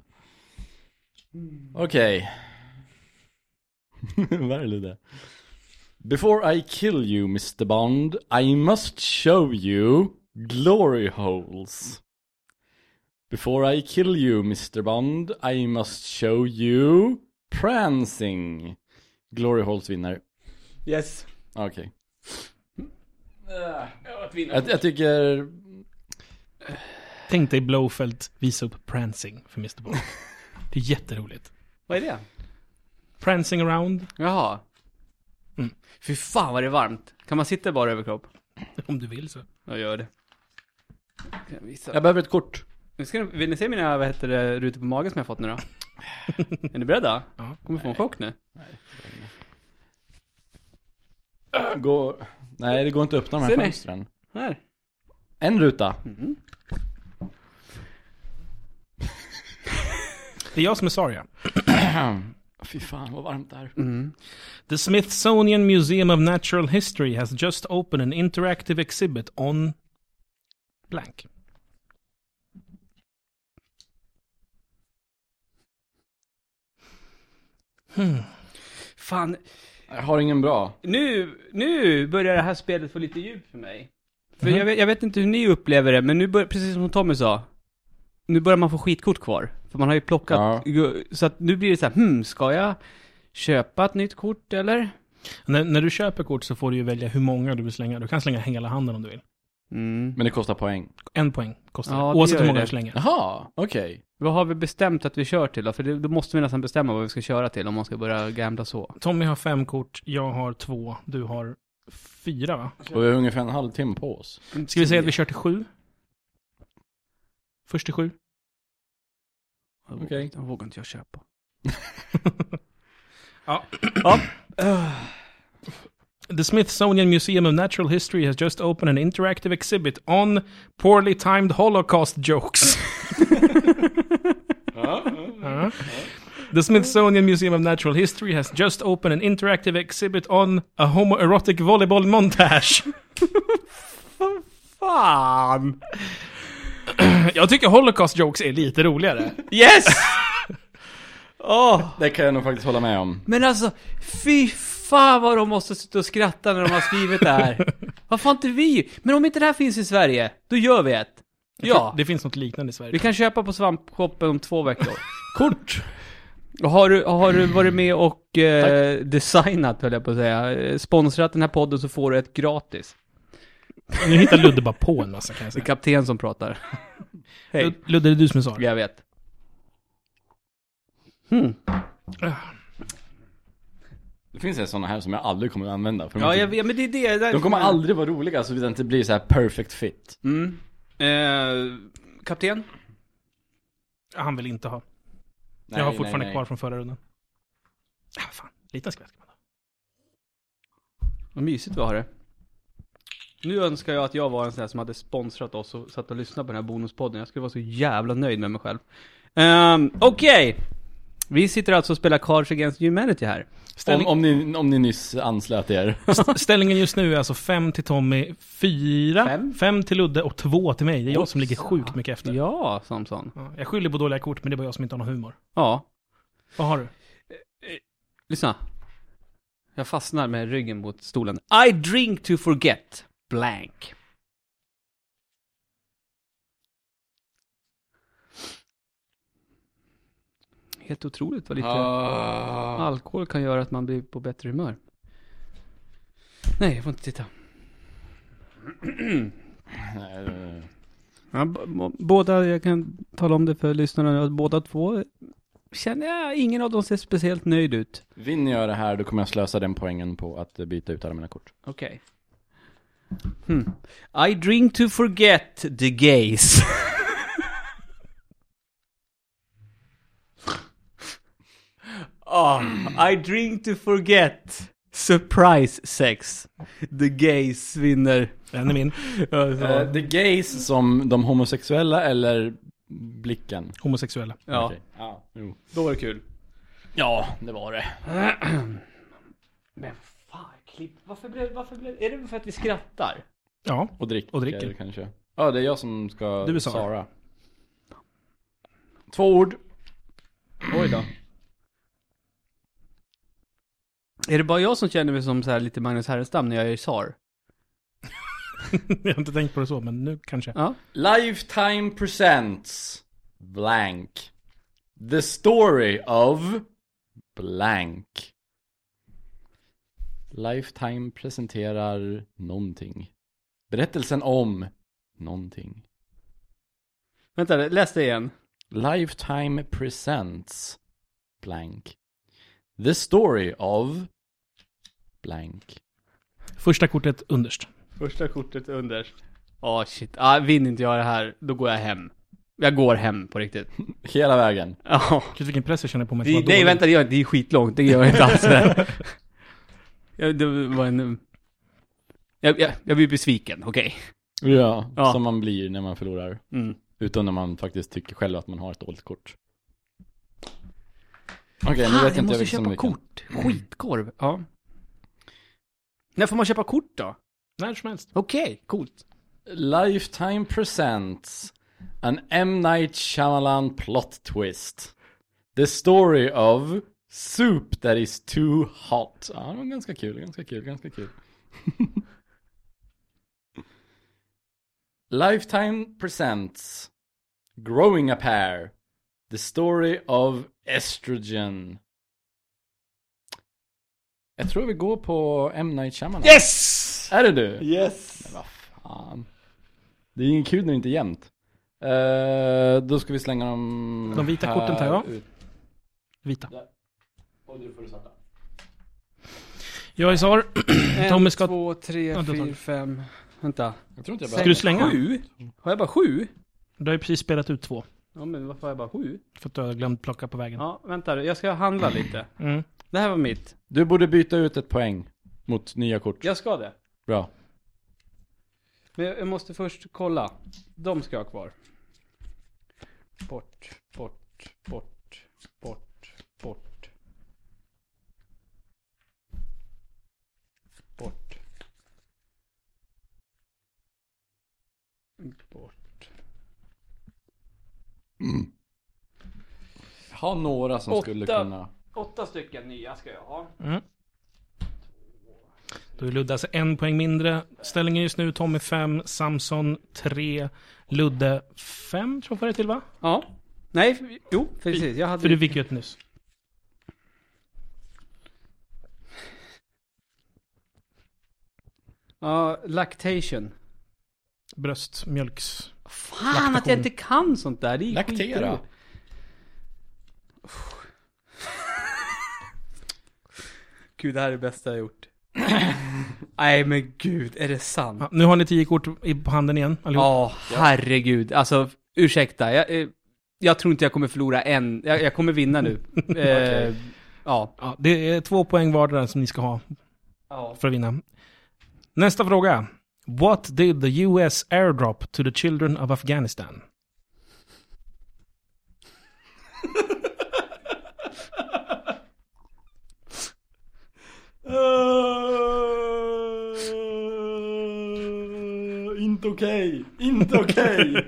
Okej. *laughs* Vad är det där? Before I kill you, Mr Bond, I must show you glory holes. Before I kill you, Mr Bond, I must show you prancing. Glory holes vinner.
Yes.
Okej. Jag, jag tycker...
Tänk dig Blowfelt visa upp prancing för Mr.
*laughs*
Bond. Det är jätteroligt.
Vad är det?
Prancing around,
Jaha. Mm. Fy fan vad det är varmt. Kan man sitta bara överkropp?
om du vill så.
Jag gör det. Kan jag visa?
Jag behöver ett kort.
Nu ska, ni- vill ni se mina, vad heter det, rutor på magen som jag fått nu då? är ni beredda?
Ja.
Kommer få en chock nu.
Gå... Nej, det går inte att öppna de här
Ser ni?
fönstren.
Här.
En ruta.
Det är jag som är Saria.
*laughs* Fy fan vad varmt det är.
The Smithsonian Museum of Natural History has just opened an interactive exhibit on... blank.
Fan,
Jag har ingen bra.
nu, nu börjar det här spelet få lite djup för mig. För jag, vet, jag vet inte hur ni upplever det, men nu börjar, precis som Tommy sa, nu börjar man få skitkort kvar. För man har ju plockat, så att nu blir det så här, hmm, ska jag köpa ett nytt kort eller?
När, när du köper kort så får du ju välja hur många du vill slänga. Du kan slänga hela handen om du vill.
Mm.
Men det kostar poäng.
En poäng kostar
Ja,
det.
det
Oavsett
gör
hur många
det.
du slänger.
Jaha, okej.
Vad har vi bestämt att vi kör till då? För det, då måste vi nästan bestämma vad vi ska köra till om man ska börja gamla så.
Tommy har fem kort, jag har två, du har fyra va?
Och vi har ungefär en halvtimme på oss.
Ska vi säga att vi kör till sju? Först till sju?
Mm. Okej.
Okej.
Den vågar inte jag köpa.
The Smithsonian Museum of Natural History has just opened an interactive exhibit on poorly timed Holocaust jokes. Uh. The Smithsonian Museum of Natural History has just opened an interactive exhibit on a homoerotic volleyball *laughs* montage.
Fan!
Jag tycker Holocaust jokes är lite roligare.
*laughs* Yes! Åh!
Det kan jag nog faktiskt hålla med om.
Men alltså, fy fan vad de måste sitta och skratta när de har skrivit det här.
*laughs*
Varför har inte vi? Men om inte det här finns i Sverige, då gör vi ett. Ja,
Det finns något liknande i Sverige.
vi kan köpa på svampshoppen om två veckor.
Kort!
Och har du, har du varit med och eh, designat, höll jag på att säga, eh, sponsrat den här podden så får du ett gratis.
Nu hittar Ludde bara på en massa kan jag
Det är
säga.
kapten som pratar. Hej.
Lud- Ludde, det är du som är Sara.
Jag vet.
Det finns ju sådana här som jag aldrig kommer att använda. För de
Ja,
inte-
jag vet, men det är det. Eh, där-
De kommer aldrig vara roliga såvida det inte blir så här perfect fit.
Mm. Eh, kapten?
Han vill inte ha.
Nej,
jag har
nej,
fortfarande
nej.
kvar från förra rundan. Ah, fan. Liten skvätt kan man ha.
Vad mysigt vi har det. Nu önskar jag att jag var en sån här som hade sponsrat oss och satt och lyssnade på den här bonuspodden. Jag skulle vara så jävla nöjd med mig själv. Ehm, Okej! Vi sitter alltså och spelar Cards Against Humanity här.
Ställning,
Om, om, ni, om ni nyss
*laughs*
anslöt er.
Ställningen just nu är alltså fem till Tommy, fyra, fem,
Fem?
till Ludde och två till mig. Det är jag som ligger sjukt mycket efter.
Ja, Samson.
Ja, Jag skyller på dåliga kort, men det är bara jag som inte har någon humor.
Ja,
Vad har du?
lyssna. Jag fastnar med ryggen mot stolen. I drink to forget blank. Helt otroligt vad lite...
Ah.
Alkohol kan göra att man blir på bättre humör. Nej, jag får inte titta.
Nej, nej, nej.
Ja, b- b- båda, jag kan tala om det för lyssnarna, att båda två känner jag, ingen av dem ser speciellt nöjd ut.
Vinner jag det här då kommer jag slösa den poängen på att byta ut alla mina kort.
Okej. Hmm. I drink to forget the gays. *laughs* Ah, I drink to forget Surprise sex. The gays vinner.
Den är min.
Eh, the gays som de homosexuella eller blicken?
Homosexuella.
Ja,
Okej. Ja, jo.
då var det kul.
ja, det var det.
Men fan, klipp. Varför blev, varför blev, är det för att vi skrattar?
Ja. *laughs*
Och dricker,
Och dricker.
kanske. Ja, det är jag som ska
Du är Sara.
Sara. Två ord.
Oj då. Är det bara jag som känner mig som så här lite Magnus Härenstam när jag är tsar?
Jag har inte tänkt på det så, men nu kanske.
Ja.
Lifetime presents blank. The story of blank. Lifetime presenterar någonting. Berättelsen om någonting.
Vänta, läs det igen.
Lifetime presents blank. The story of blank.
Första kortet underst.
Första kortet under. Åh shit, ah, vinner inte jag det här, då går jag hem. Jag går hem på riktigt.
Hela vägen.
*laughs* Ja.
Gud vilken press jag känner på mig. att
Det,
vara
nej
dålig.
vänta, det gör jag inte. Det är skitlångt. Det gör jag inte alls. *laughs* Det, ja, det var en... Jag, jag, jag blir besviken, okej.
Ja,
Ja.
som man blir när man förlorar.
Mm.
Utan när man faktiskt tycker själv att man har ett dåligt kort. Okej, nu
Fan,
vet
jag
inte
måste
vilken
köpa
som vilken.
kort. Skitkorv. Ja. När får man köpa kort då?
När som helst.
Okej, coolt.
Lifetime presents an M. Night Shyamalan plot twist. The story of soup that is too hot. Ja, det var ganska kul, ganska kul, ganska kul. *laughs* Lifetime presents growing a pair. The story of estrogen. Jag tror vi går på M. Night Shyamalan.
Yes!
Är det du?
Yes!
Vad fan. Det är ingen kul när det inte är jämnt. Eh, då ska vi slänga dem
De vita
här
korten tar jag.
ut.
Vita.
Och du får det svarta.
Jag är Sar. Tommy ska...
två, tre,
Ja, du har
fyra,
tagit.
fem. Vänta.
Jag tror inte jag
Ska du slänga?
Sju? Har jag bara sju?
Du har ju precis spelat ut två.
Ja, men varför har jag bara sju?
För att du har glömt plocka på vägen.
Ja, vänta. Jag ska handla lite.
Mm.
Det här var mitt.
Du borde byta ut ett poäng mot nya kort.
Jag ska det.
Bra.
Men jag jag måste först kolla. De ska jag ha kvar. Bort, bort, bort, bort, bort. Bort. Bort.
Ha några som
Åtta.
skulle kunna...
Åtta stycken nya ska jag ha.
Mm. Då är Ludde alltså en poäng mindre. Ställningen just nu, Tommy 5, Samson 3, Ludde 5 tror jag får det till va?
Ja. Nej, för- jo, precis. Jag hade...
För du fick ju ett nyss.
Ja, lactation.
Bröstmjölks...
Fan att jag inte kan sånt där. Det är
Laktera.
skitroligt. Gud, det här är det bästa jag gjort. *clears throat* Nej men gud, är det sant?
Ja, nu har ni 10 kort i- på handen igen allihop.
Ja, herregud. Alltså, ursäkta. Jag, eh, jag tror inte jag kommer förlora en. Jag, jag kommer vinna *laughs* nu. eh, ja.
Ja, det är två poäng vardera som ni ska ha för att vinna. Nästa fråga. What did the US airdrop to the children of Afghanistan?
Eh, inte okej, inte okej.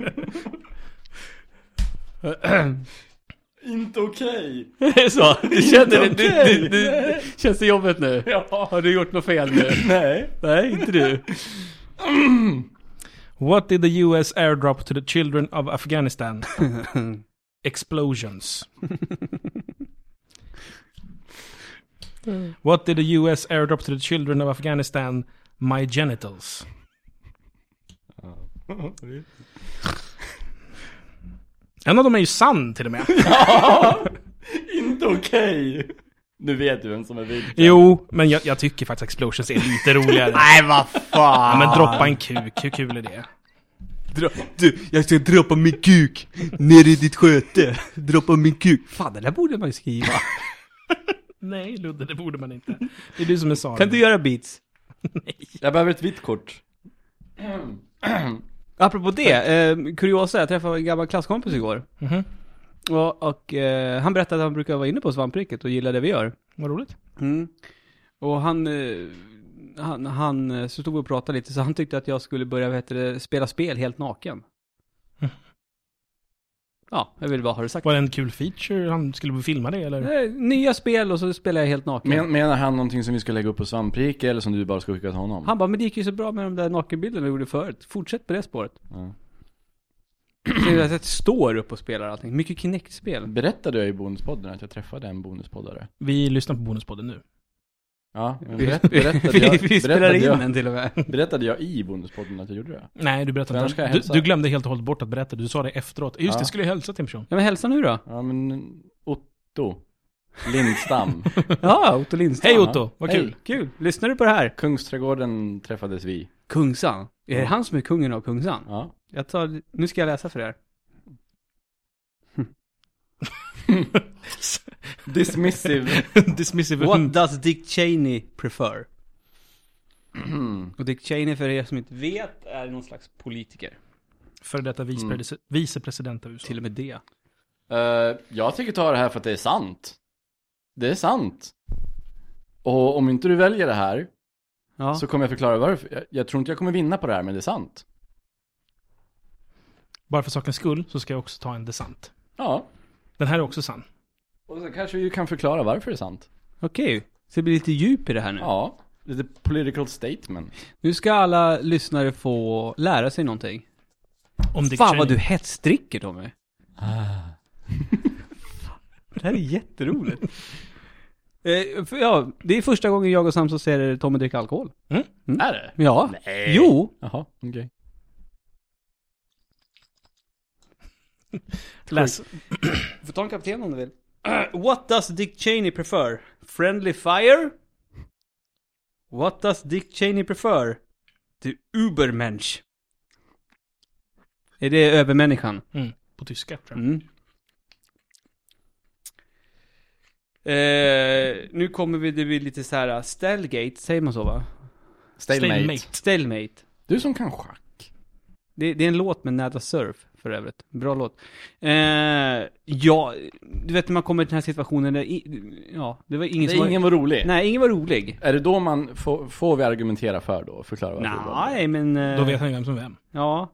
*laughs*
inte okej.
Är *laughs* det så? Du känner det? Du,
okej.
du, du, känns det jobbigt nu?
Ja.
Har du gjort något fel nu?
Nej.
*clears throat* Nej, inte du.
What did the US airdrop to the children of
*laughs*
Afghanistan? Explosions. What did the US airdrop to the children of Afghanistan? My genitals.
*laughs*
En av dem är ju sann till och
*laughs*
med.
Inte okej! Nu vet du vem som är vilken.
Jo, men jag, jag tycker faktiskt Explosions är lite roligare.
*laughs* Nej, vad fan.
Ja, men droppa en kuk, hur kul är det?
du, jag ska droppa min kuk ner i ditt sköte. Droppa min kuk. Fan, det där borde man ju skriva.
*laughs* Nej, Ludde, det borde man inte. Det är du
*laughs*
som är Sara.
Kan du göra beats?
Jag behöver ett vitt kort.
Apropå det, eh, kuriosa, jag träffade en gammal klasskompis igår.
Mhm.
Och, och eh, han berättade att han brukar vara inne på svampriket och gilla det vi gör.
Vad roligt.
Och han, eh, han, han eh, så stod vi och pratade lite, så han tyckte att jag skulle börja vad heter det, spela spel helt naken.
Mm.
Ja, jag vill bara ha det sagt.
Var det en kul feature? Han skulle filma det, eller?
Eh, Nya spel och så spelar jag helt naken.
Men, menar han någonting som vi ska lägga upp på svamprike eller som du bara ska skicka till honom?
Han bara, men det gick ju så bra med de där nakenbilderna vi gjorde förut. Fortsätt på det spåret.
Ja.
Så jag står upp och spelar allting. Mycket Kinect-spel.
Berättade jag i bonuspodden att jag träffade en bonuspoddare?
Vi lyssnar på Bonuspodden nu.
Ja, men
Vi,
berätt, berättade, jag,
*laughs* vi, vi spelar
berättade,
in
jag,
den till och med.
berättade jag i bonuspodden att jag gjorde det?
Nej, du berättade
Annars
inte.
ska jag
Du,
hälsa.
du glömde helt och hållet bort att berätta. Du sa det efteråt. Just det, skulle jag hälsa till en
*laughs*
person.
Ja men hälsa nu då.
Ja men Otto
*laughs*
Lindstam
Ja, Otto Lindström.
Hej Otto, vad
Hej.
kul.
Kul, lyssnar du på det här?
Kungsträdgården träffades vi
Kungsan. Är det han som är kungen av Kungsan?
Ja
Jag tar, nu ska jag läsa för er.
Dismissive
Dismissive.
What does Dick Cheney prefer? Och Dick Cheney för er som inte vet är någon slags politiker.
Före detta vicepres- vicepresident av USA.
Mm. Till och med det.
Eh, Jag tycker ta det här för att det är sant Det är sant Och om inte du väljer det här
Ja.
Så kommer jag förklara varför jag, jag tror inte jag kommer vinna på det här men det är sant
Bara för sakens skull så ska jag också ta en desant.
Ja
Den här är också sann.
Och så kanske vi kan förklara varför det är sant
Okej, så det blir lite djup i det här nu.
Ja Lite political statement
Nu ska alla lyssnare få lära sig någonting.
Om Dick
Fan vad du
Cheney.
hetsdricker Tommy. Ah. *laughs* det här är jätteroligt. eh, för, ja, det är första gången jag och Samson ser Tommy dricka alkohol.
Mm?
Mm.
Är det?
Ja.
Nej.
Jo.
Jaha, okej
Läs.
Du får ta en kapten om du vill. *clears throat* What does Dick Cheney prefer? Friendly fire? What does Dick Cheney prefer? The Ubermensch. Är det övermänniskan?
Mm. På tyska, tror jag.
Mm. Eh, nu kommer vi, det blir lite så här, stalemate, säger man så va?
Stalemate.
Stalemate.
Stalemate.
Du som kan schack
Det, det är en låt med Nada Surf för övrigt. Bra låt. Eh, ja, du vet när man kommer till den här situationen där, i, ja, det var ingen som
Nej, ingen var rolig
var, Nej, ingen var rolig.
Är det då man, får, får vi argumentera för då? Förklara varför det var
Nej, men... eh,
Då vet han ju vem som är vem.
Ja.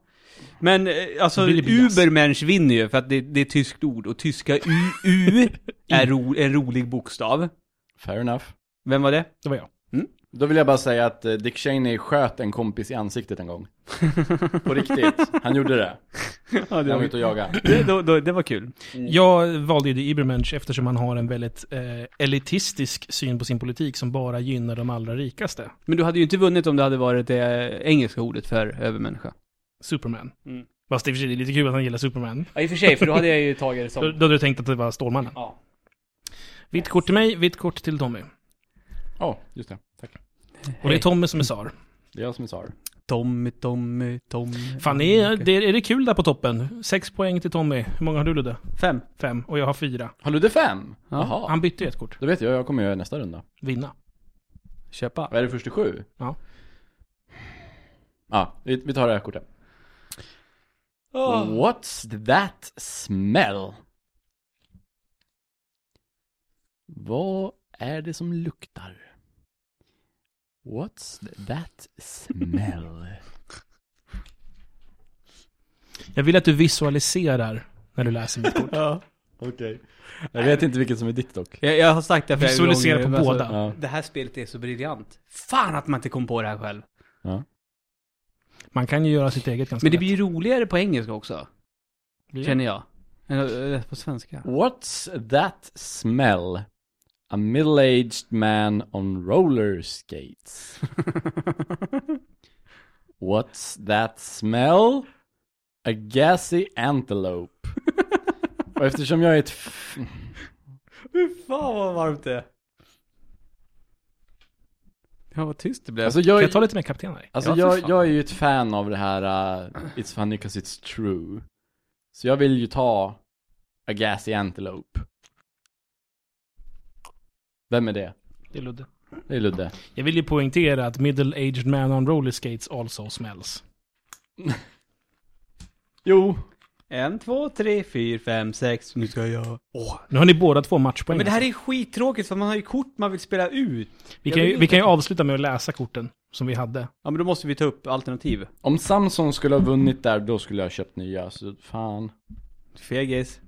Men eh, alltså,
Billy Bias.
Ubermensch vinner ju för att det, det är ett tyskt ord och tyska U,
*laughs*
U är ro, en rolig bokstav.
Fair enough
Vem var det?
Det var jag.
Då vill jag bara säga att eh, Dick Cheney sköt en kompis i ansiktet en gång. På riktigt. Han gjorde det.
Ja,
Han var ute och jagade.
Det, då, då, det var kul.
Jag valde ju The Ibermensch eftersom han har en väldigt eh, elitistisk syn på sin politik som bara gynnar de allra rikaste.
Men du hade ju inte vunnit om det hade varit det engelska ordet för övermänniska.
Superman.
Mm.
Fast i och för sig, det är lite kul att han gillar Superman.
Ja, i och för sig, för då hade jag ju tagit
*laughs*
det
Då, då hade du tänkt att det var Stålmannen.
Ja.
Vitt kort till mig, vitt kort till Tommy.
Ja, just det. Tack.
Och det är Tommy som är tsar.
Det är jag som är tsar.
Tommy, Tommy, Tommy.
Fan,
Mm,
är det, är det kul där på toppen? Sex poäng till Tommy. Hur många har du Ludde?
Fem.
Fem. Och jag har fyra.
Har Ludde fem? Jaha.
Han bytte ju ett kort.
Då vet jag, jag kommer göra nästa runda.
Vinna.
Köpa.
Vad är det först till sju?
Ja.
Ja, vi, vi tar det här kortet. What's that smell? Vad är det som luktar? What's that smell?
Jag vill att du visualiserar när du läser mitt kort.
Ja.
Okej. Jag vet inte vilket som är ditt dock.
Jag, jag har sagt det flera
Visualisera
gånger,
på
men alltså,
båda.
Ja.
Det här spelet är så briljant. Fan att man inte kom på det här själv.
Man kan ju göra sitt eget ganska
Men det
lätt.
blir ju roligare på engelska också,
Blir det?
känner jag. Än äh, på svenska.
What's that smell? A middle-aged man on roller skates. What's that smell? A gassy antelope. Och eftersom jag är ett... F-
Fy fan vad varmt det är. Ja, vad tyst det blev.
alltså
Kan
jag,
jag ta lite mer kapten här?
alltså
Ja, för
jag,
fan.
jag är ju ett fan av det här uh, It's funny 'cause it's true. Så jag vill ju ta A gassy antelope. Vem är det?
Det är Ludde.
Det är Ludde.
Jag vill ju poängtera att middle-aged man on roller skates also smells.
Jo,
En, två, tre, fyra, fem, sex. Nu ska jag... Åh.
Nu har ni båda två matchpoäng.
Men det här är skittråkigt för man har ju kort man vill spela ut.
vi,
jag
kan ju,
vill
vi kan ju avsluta med att läsa korten som vi hade.
Ja men då måste vi ta upp alternativ.
om Samson skulle ha vunnit där, då skulle jag ha köpt nya. Så fan.
Fegis.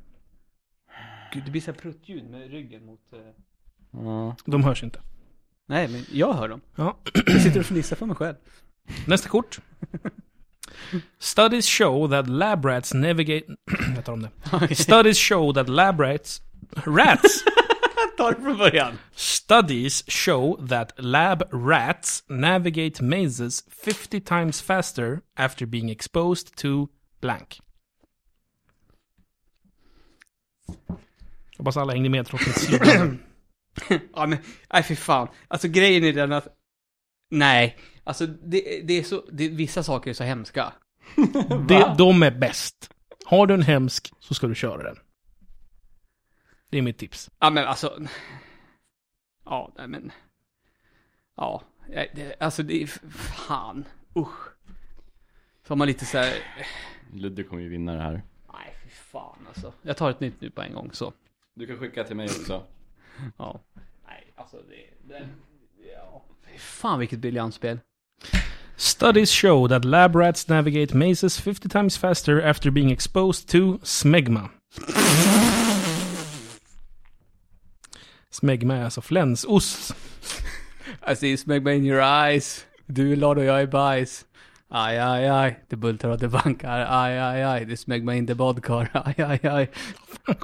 Gud, det blir så här pruttljud med ryggen mot... eh,
Ja.
De hörs inte.
Nej, men jag hör dem.
Ja.
Jag sitter och fnissar för mig själv.
Nästa kort. Studies show that lab rats navigate... *clears throat* Jag tar om det. Studies show that lab rats... Rats!
*laughs* Ta det från början.
Studies show that lab rats navigate mazes 50 times faster after being exposed to blank. Hoppas alla hängde med trots mitt sluddrade.
Ja men, nej för fan. Alltså grejen är den att... Nej. Alltså det, det är så, det, vissa saker är så *laughs* hemska.
De, de är bäst. Har du en hemsk så ska du köra den. Det är mitt tips.
Ja men alltså... Ja, nej men... Ja, nej, det, alltså det är... Fan. Usch. Så har man lite så här...
Ludde kommer ju vinna det här.
Nej för fan alltså. Jag tar ett nytt nu på en gång så.
Du kan skicka till mig också.
Ja. Nej, alltså det... det ja. Fy Fan vilket briljant spel.
Studies show that lab rats navigate mazes 50 times faster after being exposed to smegma. Smegma är alltså flänsost.
I see smegma in your eyes. Du är lad och jag är bajs. Aj, aj, aj. Det bultar och det bankar. Aj, aj, aj. Det smög mig in det badkar. *laughs* Aj, aj, aj.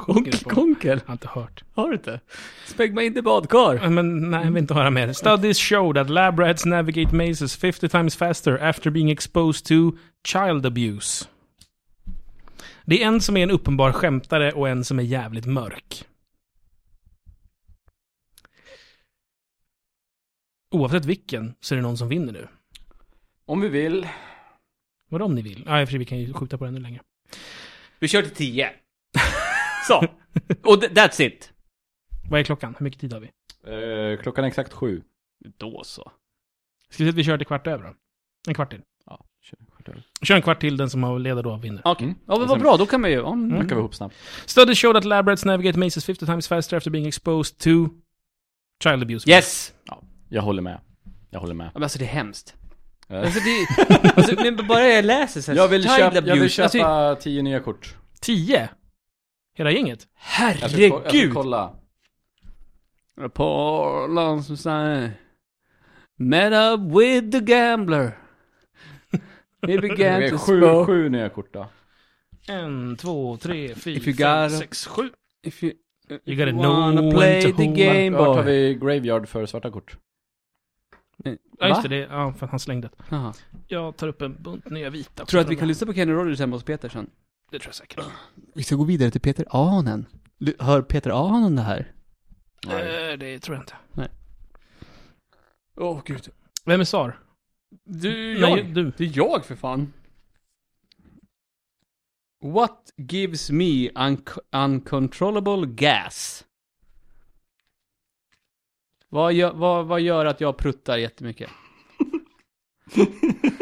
Onkel Konkel.
Jag har inte hört.
Har du inte? Smög mig in det badkar.
Men nej, jag vill inte höra mer. Studies show that lab rats navigate mazes 50 times faster after being exposed to child abuse. Det är en som är en uppenbar skämtare och en som är jävligt mörk. Oavsett vilken så är det någon som vinner nu.
Om vi vill.
Vadå om ni vill? Nej, för vi kan ju skjuta på den ännu längre.
Vi kör till tio. Så. Och th- that's it.
Vad är klockan? Hur mycket tid har vi?
Eh, klockan är exakt sju.
Då så.
Ska vi se att vi kör till kvart över då? En kvart till.
Ja, kör. kvart över.
Kör en kvart till, den som har leder då vinner.
Okej.
Mm.
Ja men vad bra, då kan man ju... ja,
Packar
mm.
vi ihop snabbt.
Studies show that lab rats navigate mazes 50 times faster after being exposed to child abuse.
Yes!
Jag håller med. Jag håller med.
Ja, men alltså det är hemskt.
Eh,
Alltså det alltså, men bara jag läser så här,
Jag vill,
child
köpa, jag vill
abuse, alltså,
köpa tio nya kort.
10! Hela gänget?
Jag ska, ko- jag ska
herregud!
kolla.
På Lansmussen Met up with
*laughs*
the gambler He began
Okej,
to
sju,
spoke
sju nya kort då.
En, två, tre,
If you
fyra, fem,
got-
sex, sju.
If you,
You gotta
wanna
know when
play
to
the
hold
game
Vart har
boy
vi Graveyard för svarta kort?
Ja, just det.
Va?
det ja, för att han slängde det.
Jaha.
Jag tar upp en bunt nya vita.
Tror du att vi kan lyssna på Kenny Rogers hemma hos Peter sen?
Det tror jag säkert.
Vi ska gå vidare till Peter Ahonen Lu- Hör Peter Ahonen det här?
Eh, det tror jag inte.
Åh oh, gud
Vem är Sar?
Du,
Nej, du.
Det är jag för fan. What gives me unc- uncontrollable gas? Vad gör, vad, vad gör att jag
*laughs*
pruttar jättemycket?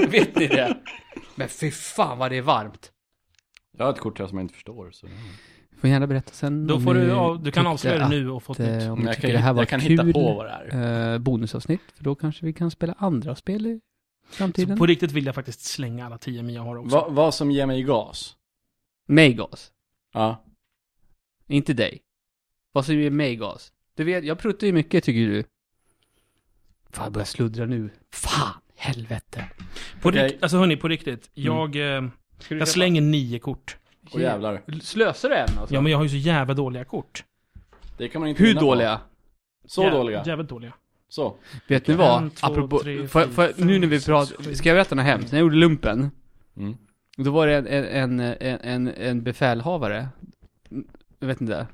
Vet ni det? Men fy fan vad det är varmt.
Jag har ett kort här som jag inte förstår. Så.
Får gärna berätta sen
Då
om
får du,
ni
av- du kan
tyckte
avslöja det
att,
nu och få ett
eh,
nytt.
Om ni
jag
tycker
kan,
det här var
jag kan
kul
hitta på vad det är.
eh, bonusavsnitt, för då kanske vi kan spela andra spel i
Så
framtiden.
på riktigt vill jag faktiskt slänga alla tio men jag har också.
Va, vad som ger mig gas?
Mig gas.
Ja.
Inte dig. Vad som ger mig gas. Du vet, jag pruttar ju mycket tycker du. Fan, jag börjar sluddra nu. Fan, helvete.
På
Okej.
rikt, alltså hörni, på riktigt. Jag,
Mm.
eh, jag slänger nio kort.
Och jävlar.
Slösar du än alltså?
Ja men jag har ju så jävla dåliga kort.
Det kan man inte
Hur
vinna på.
dåliga?
Så
Jä-
dåliga.
Jävligt dåliga.
Så.
Vet ni
En,
vad?
två,
Apropå,
tre,
får jag- får jag-
fyra,
nu
fem,
när vi
sex,
pratar,
sju.
ska jag berätta något hemskt? När jag gjorde lumpen,
Mm.
då var det en, en, en, en, en befälhavare, jag vet inte,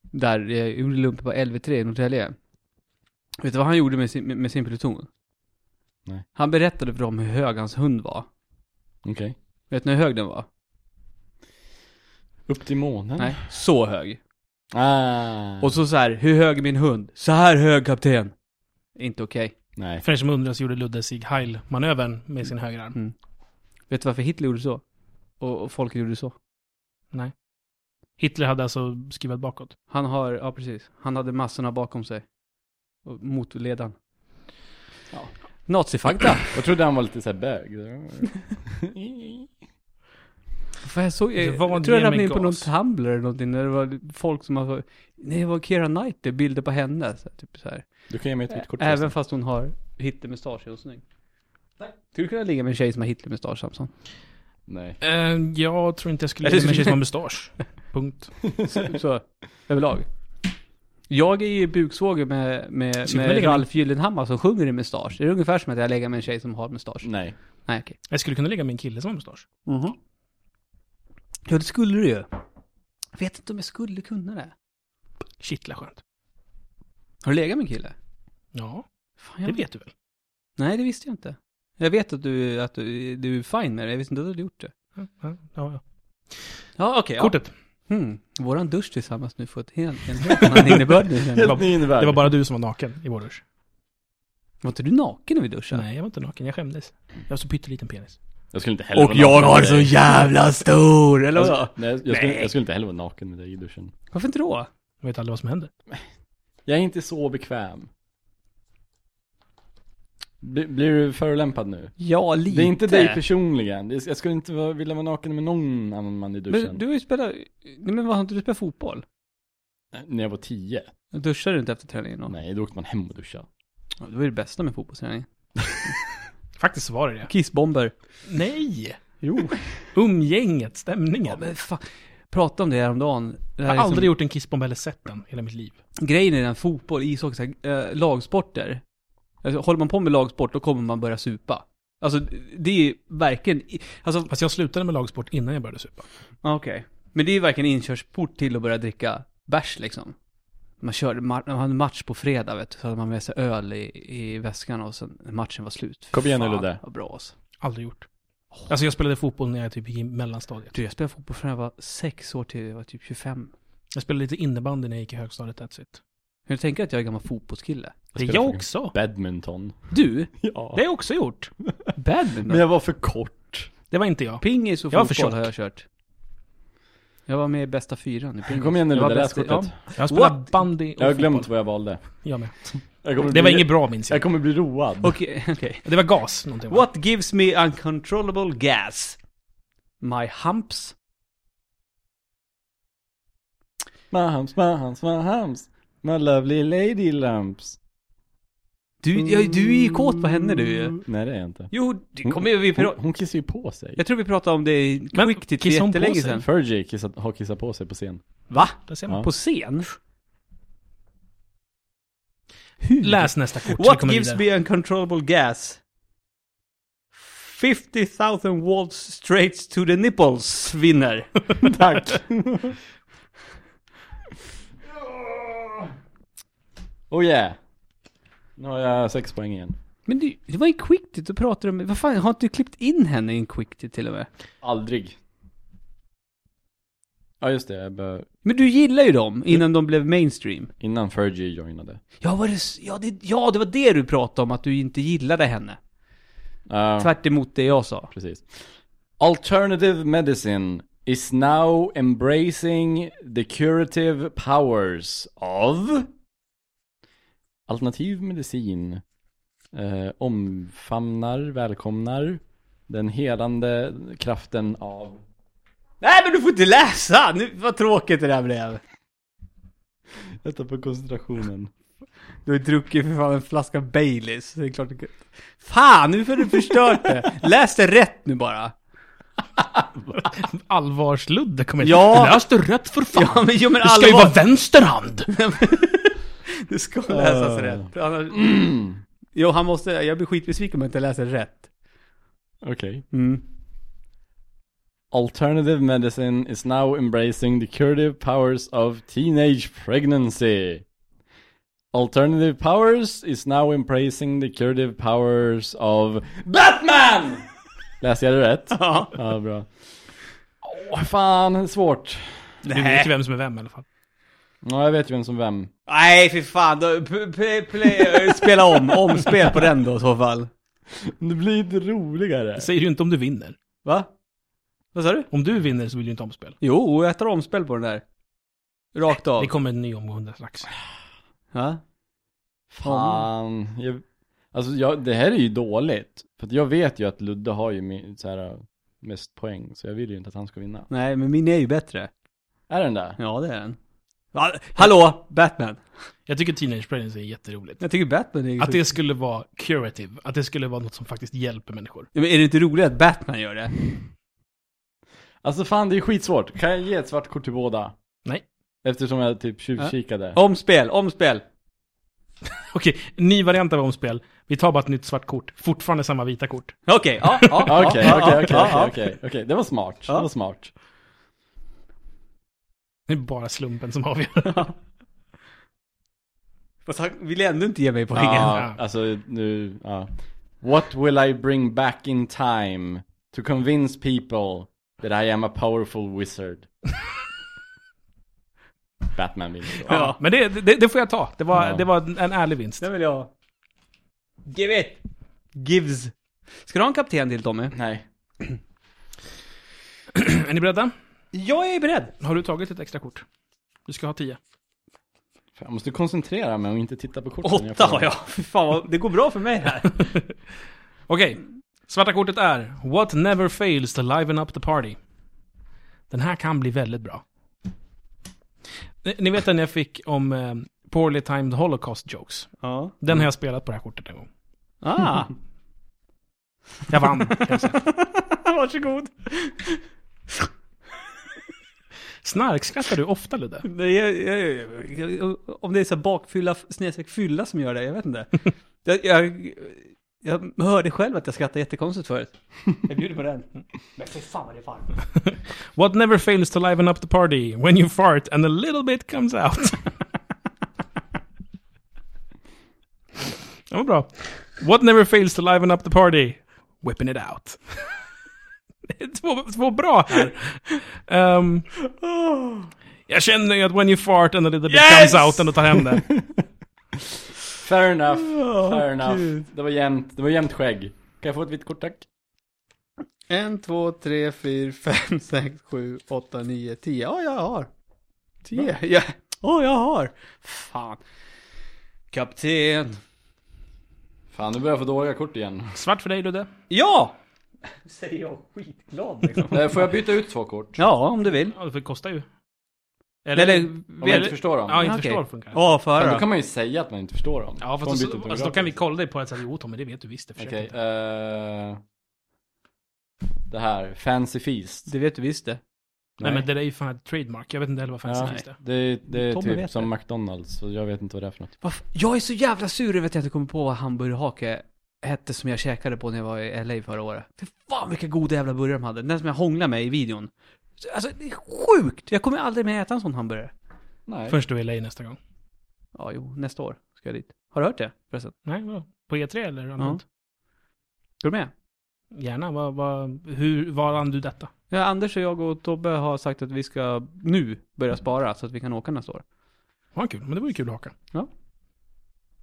där jag gjorde lumpen på LV3 i Norrtälje. Vet du vad han gjorde med sin, med, med sin pluton?
Nej.
Han berättade för dem hur hög hans hund var.
Okej.
Mm.
Vet ni hur hög den var?
Upp till månen.
Nej, så hög.
Ah.
Och så så här, hur hög är min hund? Så här hög kapten. Inte okej.
Nej.
För er som undrar så gjorde Ludde Sieg Heil-manövern med sin högra arm.
Vet du varför Hitler gjorde så? Och, och folk gjorde så?
Hitler hade alltså skruvat bakåt.
Han har, ja precis. Han hade massorna bakom sig. Och mot ledaren.
Ja.
*clears throat*
Nazifakta.
Jag trodde han var lite såhär bög.
För jag såg, jag,
Alltså, Vad
jag tror jag
ger
ramlade
mig
in på någon
gas?
Tumblr eller någonting när det var folk som har, nej det var Keira Knightley, bilder på henne. Så, här, typ så här.
Du kan ge mig ett vitt kort.
Även fast hon har Hitlermustasch är hon snygg. Skulle du kunna ligga med en tjej som har Hitlermustasch Samson?
*laughs*
Nej.
Eh, jag tror inte jag skulle
Eller
ligga med
så-
en tjej som har
*laughs*
mustasch. Punkt.
Så, så överlag. Jag är ju buksvåger med, med,
Skulle man
med
lägga med-
Ralf Gyllenhammar som sjunger i mustasch. Det är ungefär som att jag lägger med en tjej som har mustasch.
Mm.
Nej.
Nej, okej.
Jag skulle kunna ligga med en kille som har mustasch.
Ja, det skulle du ju. Jag vet inte om jag skulle kunna det.
Kittla skönt.
Har du legat med en kille?
Ja,
Fan,
det
jag...
vet du väl?
Nej, det visste jag inte. Jag vet att du, att du, du är fine med det. Jag visste inte att du hade gjort det.
Ja, ja, ja.
Ja, okej. ja.
Kortet.
Hmm. Våran dusch tillsammans nu får ett helt, en helt annan innebörd nu. känner jag.
var-
Helt ny innebörd.
Det var bara du som var naken i vår dusch.
Var inte du naken när vi duschade?
Nej, jag var inte naken. Jag skämdes. Jag har så pytteliten penis.
Jag skulle inte heller vara naken med dig.
jävla stor! Eller
Alltså, nej, jag, skulle, jag skulle inte heller vara naken med dig i duschen.
Varför inte då?
Jag vet aldrig vad som händer.
Jag är inte så bekväm. Bli- Blir du förolämpad nu?
Ja, lite.
Det är inte dig personligen. Det är- Jag skulle inte vara- vilja vara naken med någon annan man i duschen.
Men du har ju spelat, nej men vad har inte du spelat fotboll?
När jag var tio?
Duschar du inte efter träningen då?
Nej, då åkte man hem och duschade.
Ja, Det var ju det bästa med fotbollsträning.
Faktiskt så var det det.
Kissbomber.
Nej!
Jo.
Umgänget, stämningen.
Ja men fan. Prata om det häromdagen. Det
jag
här
har
är liksom-
aldrig gjort en kissbomb eller sett den hela mitt liv.
Grejen är den fotboll, ishockey, så här, eh, lagsporter. Alltså, håller man på med lagsport då kommer man börja supa. Alltså det är ju verkligen, i- alltså
Fast jag slutade med lagsport innan jag började supa.
Ja, Okej. Men det är ju verkligen inkörsport till att börja dricka bärs liksom. Man körde, ma- man hade match på fredag vet du, så hade man med sig öl i, i väskan och sen när matchen var slut. Fy
Kom igen nu,
fan,
Ludde.
Vad bra alltså.
Aldrig gjort. Alltså jag spelade fotboll när jag typ gick i mellanstadiet.
Du, jag spelade fotboll från jag var sex år till jag var typ 25.
Jag spelade lite innebandy när jag gick i högstadiet, that's it.
Hur tänker att jag är en gammal fotbollskille?
Det är
spelar
jag
för-
också!
*laughs* Badminton.
Du? *laughs*
Ja.
Det har jag också gjort!
Badminton?
Men jag var för kort.
Det var inte jag.
Pingis och
Jag var för
fotboll
tjock.
har jag kört. Jag var med i bästa fyran i pingis.
Kom igen nu
Jag var
Ludde, läs
bäst i-
kortet.
Jag har spelat
What?
bandy och
Jag har glömt
fotboll.
vad jag valde.
Jag med.
Jag kommer
Det var
bli-
inget bra minns
Jag
jag.
kommer bli road.
Ja. Okej, *laughs* okej.
Det var gas, någonting.
What gives me uncontrollable gas? My humps?
Mahams, mahams, mahams. My lovely lady lumps.
Du, ja, du är ju kåt på henne du ju.
Nej det är jag inte.
Jo, du kommer ju... Vi
Mm. Hon,
pra-
hon kissar ju på sig.
jag tror vi pratade om det i
Men
Quicktip för
kissar hon på
jättelänge
sig?
sedan.
Fergie kissat, har kissat på sig på scen.
Va?
Där ser man.
Ja.
På scen?
Läs nästa kort. så vi
What
kommer
gives
vidare.
me uncontrollable gas? 50,000 volts straight to the
*laughs*
nipples vinner.
Tack! oh yeah! Nu har jag sex poäng igen.
Men du, det var i Quicktip du pratade om... Vad fan, har inte du klippt in henne i en Quicktip till och med?
Aldrig. Ja just det, jag bör,
Men du gillar ju dem innan de blev mainstream.
innan Fergie joinade.
Ja, var det, s- ja, det, ja, det var det du pratade om, att du inte gillade henne.
Ja,
Tvärt emot det jag sa.
precis. Alternative medicine is now embracing the curative powers of Alternativ medicin eh, omfamnar, välkomnar den helande kraften av
Nej men du får inte läsa! Nu, vad tråkigt det där blev.
Jag tappar koncentrationen.
Du har ju druckit för fan en flaska Baileys. Det är klart du kan- Fan, nu har du förstört det. Läs det rätt nu bara. *laughs*
Allvarsludde kommer in.
Ja.
Läs det rätt för fan!
Ja men, jo, men
det ska ju
allvar-
vara
*laughs*
vänsterhand!
Det ska läsas rätt. Annars... Jo, han måste... Jag blir skitbesviken om jag inte läser rätt.
Okej.
Mm.
Alternative medicine is now embracing the curative powers of teenage pregnancy. Alternative powers is now embracing the curative powers of Batman! Läste jag det *laughs* rätt?
Ja.
Ja, bra. Åh, fan, det är svårt.
Du vet ju vem som är vem i alla fall.
Ja, jag vet ju vem som vem.
Nej, fy fan. Då, p- p- play, eh, spela om. Omspel på den då i så fall.
Det blir inte roligare.
Det säger du inte om du vinner.
Va? Vad sa du?
Om du vinner så vill du inte omspel.
Jo, jag tar omspel på den där. Rakt av.
Det kommer en ny omgång där strax.
Ja.
Fan. Jag, alltså, jag, det här är ju dåligt. För att jag vet ju att Ludde har ju min, så här, äh, mest poäng, så jag vill ju inte att han ska vinna.
Nej, men min är ju bättre.
Är den där?
Ja, det är den. Va? Hallå, Batman.
Jag tycker Teenage Pregnancy är jätteroligt.
Jag tycker Batman är...
Att det skulle vara curative, att det skulle vara något som faktiskt hjälper människor.
Men är det inte roligt att Batman gör det?
Alltså fan, det är skitsvårt. Kan jag ge ett svart kort till båda?
Nej.
Eftersom jag typ tjuvkikade.
Omspel, omspel.
Okej, ny variant av omspel. Vi tar bara ett nytt svart kort. Fortfarande samma vita kort.
Okej, ja, ja, ja,
Okej,
ja,
okej,
ja,
okej,
ja,
okej,
ja.
okej, okej. Det var smart. Det var smart.
Det är bara slumpen som avgör.
*laughs* Fast han vill ändå inte ge mig poängen.
Ja, alltså nu, ja. What will I bring back in time to convince people that I am a
*laughs*
powerful wizard? Batman vinner då.
Ja, *laughs* men det, det, det får jag ta. Det var, det var en ärlig vinst.
Det vill jag. Give it! Gives. Ska du ha en kapten till Tommy?
Nej.
Är ni beredda?
Jag är beredd.
Har du tagit ett extra kort? Du ska ha tio.
Fan, Jag måste koncentrera mig och inte titta på korten.
Åtta har jag. Fy *laughs* fan, vad- det går bra för mig här.
Okej. Svarta kortet är What never fails to liven up the party. Den här kan bli väldigt bra. Ni- Ni vet den jag fick om eh, poorly timed holocaust jokes.
*laughs* Ja.
Den har jag spelat på det här kortet en gång.
Ah,
Jag *laughs* vann. kan jag säga.
*laughs* varsågod.
Snarkskrattar du ofta Ludde?
Nej, jag, jag, jag, jag, om det är så här bakfylla snedstreck fylla som gör det, jag vet *laughs* inte. Jag, jag, jag hörde själv att jag skrattade jättekonstigt förut. *laughs* Jag bjuder på den. Men fy fan vad det är varmt.
What never fails to liven up the party when you fart and a little bit comes out. Det var bra. What never fails to liven up the party? Whipping it out. Det är två, två bra här. Ehm, jag känner ju att when you fart and a little bit
Yes!
comes out, ändå tar hem det.
Fair enough, fair enough.
Gud.
Det var jämnt, det var jämnt skägg. Kan jag få ett vitt kort tack?
*gasps* En, två, tre, fyra, fem, sex, sju, åtta, nio, tio. Ja, jag har. Tio. Ja, Åh, jag har. Fan. Kapten.
Fan, nu börjar jag få dåliga kort *laughs* igen.
Svart för dig Ludde.
Ja! Säger jag skitglad liksom.
Eh, Får jag byta ut två kort?
Ja, om du vill.
Ja, det kostar ju.
Eller,
Om jag inte förstår dem.
Ja, inte
Okej.
förstår funkar.
Ja, oh,
Fan, då
höra.
kan man ju säga att man inte förstår dem.
Ja,
Får man
fast
byta ut
då,
dem
alltså, då kan vi
gratis?
kolla dig på att säga, jo Tommy, det vet du visst. Jag försöker
Okej,
inte.
eh, Det här, Fancy Feast.
Det vet du visst det.
Nej men det där är ju fan ett trademark. Jag vet inte heller vad fancy
Ja,
finns det.
det är, det är
Tommy vet
typ som McDonalds, så jag vet inte vad det är för något.
Varför? Jag är så jävla sur över att jag inte kommer på vad hamburgerhake hette som jag käkade på när jag var i LA förra året. Fy fan vilka goda jävla burgare de hade. Den som jag hånglade med i videon. Så, Alltså det är sjukt! Jag kommer aldrig mer äta en sån hamburgare.
Nej.
Först du är i LA nästa gång.
Ja, jo, nästa år ska jag dit. Har du hört det förresten?
Nej, vadå? På E3 eller annat?
Är du med?
Gärna. Vad, vad, hur, var rann du detta?
Ja, Anders och jag och Tobbe har sagt att vi ska nu börja spara så att vi kan åka nästa år.
Vad kul. Men det vore kul att haka.
Ja.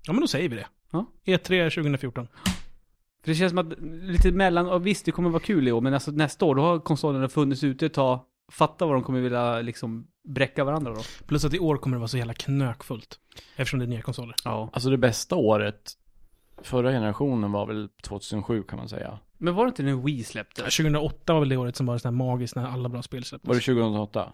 Ja men då säger vi det. E
Ja.
E3 2014.
För det känns som att lite mellan, och visst det kommer vara kul i år, men alltså nästa år då har konsolerna funnits ute ett tag. Fatta vad de kommer vilja liksom bräcka varandra då.
Plus att i år kommer det vara så jävla knökfullt. Eftersom det är nya konsoler.
Ja.
Alltså det bästa året, förra generationen var väl 2007 kan man säga.
Men var det inte när Wii släpptes?
2008 var väl det året som var sådär magiskt när alla bra spel släpptes.
Var det 2008?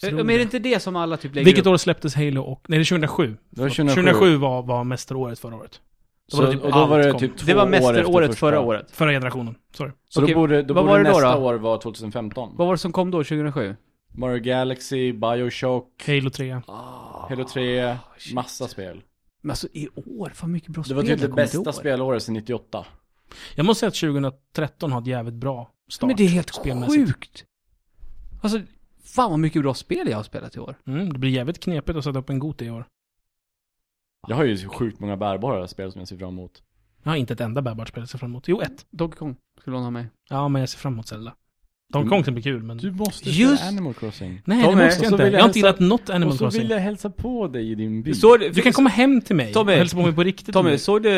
Tror
Men är det inte det som alla typ lägger
Vilket
upp?
år släpptes Halo och... Nej, det är 2007.
Det var 2007.
2007, var, var mästeråret förra året.
Så,
var det typ
och då var
allt
det
kom.
typ två
Det var
år efter
mästeråret
första.
förra året.
Förra generationen. Sorry.
Så
Okej,
då borde, då
vad
borde
var det då
nästa
då?
år vara 2015.
Vad var det som kom då, 2007?
Mario Galaxy, Bioshock,
Halo 3.
Ah.
Halo 3, massa spel.
Men alltså i år, vad mycket bra
Det
spel
var typ det
har kommit i år.
bästa spelåret sedan 98.
Jag måste säga att 2013 har ett jävligt bra start.
Men det är helt
spelmässigt.
sjukt! Alltså, fan vad mycket bra spel jag har spelat i år.
Mm, det blir jävligt knepigt att sätta upp en god i år.
Jag har ju sjukt många bärbara spel som jag ser fram emot.
Jag har inte ett enda bärbart spel jag ser fram emot. Jo, ett.
Donkey Kong skulle hon ha med.
Ja, men jag ser fram emot Zelda. Donkey Kong ska bli kul, men...
Du måste
Just-
köra Animal Crossing.
Nej,
Tommy,
det måste
och
jag
så
inte.
vill jag
Jag har inte
hälsa-
gillat något Animal
Och så
Crossing.
vill jag hälsa på dig i din by.
Så,
Du kan komma hem till mig
Tommy.
och hälsa på mig på riktigt.
Tommy, såg du...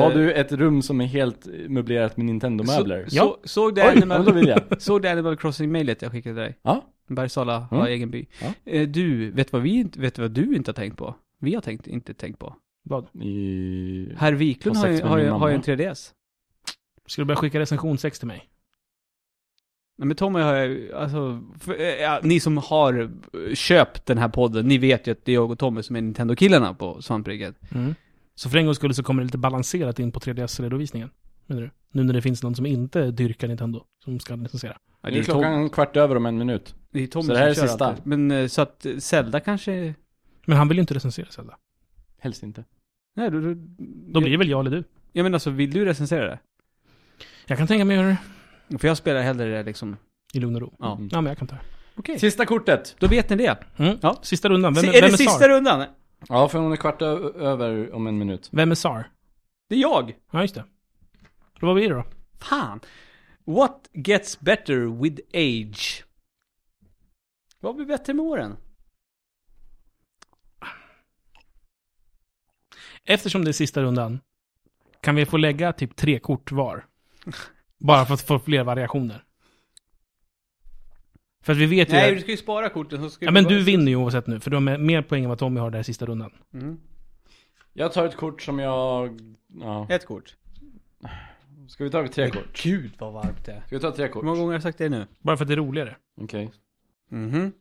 Har du ett rum som är helt eh, möblerat med Nintendo-möbler?
Så, så, såg du
Oj, ja, då vill
Animal,
jag.
såg du Animal Crossing-mailet jag skickade till dig?
Ja.
Bergsala har
Mm.
egen by.
Ja.
Eh, Du, vet vad, vi, inte- vet vad du inte har tänkt på? Vi har tänkt, inte tänkt på.
Vad?
I...
Herr Wiklund
Har
har,
sex
ju,
med
har,
min
ju,
mamma.
har ju en 3DS.
Ska du börja skicka recensionsex till mig?
Nej men Tommy har ju, alltså, för, eh, ja, ni som har eh, köpt den här podden, ni vet ju att det är jag och Tommy som är Nintendo-killarna på Svampriket.
Mm.
Så för en gångs skull så kommer det lite balanserat in på 3DS-redovisningen. Menar du? Nu när det finns någon som inte dyrkar Nintendo, som ska recensera.
Ja,
Nu
det,
är
är Tom,
klockan kvart över om en minut.
det är Tommy
så det här är
som kör
sista.
alltid. Men eh, så att eh, Zelda kanske...
Men han vill ju inte recensera Zelda.
Helst inte.
Nej, då, då,
Då blir det väl jag eller du.
Ja men alltså, vill du recensera det?
Jag kan tänka mig att göra det
För jag spelar hellre det liksom.
i lugn och ro.
Ja.
Mm.
Ja, men jag kan ta det. Okej.
Sista kortet!
Då vet ni det.
Mm.
Ja.
Sista rundan. Vem,
Se-
vem
är
är,
det sista
SAR?
rundan?
Ja, för hon är kvart ö- över om en minut.
Vem är SAR?
Det är jag!
Ja, just det. Då var vi det då.
Fan! What gets better with age? Vad blir bättre med åren?
Eftersom det är sista rundan, kan vi få lägga typ tre kort var? Bara för att få fler variationer. För att vi vet ju...
Nej,
att-
du ska ju spara korten så ska
Typ. Ja men du vinner ju oavsett nu, för du har med- mer poäng än vad Tommy har där i sista rundan.
Mm.
Jag tar ett kort som jag... Ja.
Ett kort.
Ska vi ta tre kort?
Gud vad varmt det är.
Ska vi ta tre kort?
Hur många gånger har jag sagt det nu?
Bara för att det är roligare.
Okej.
Mhm.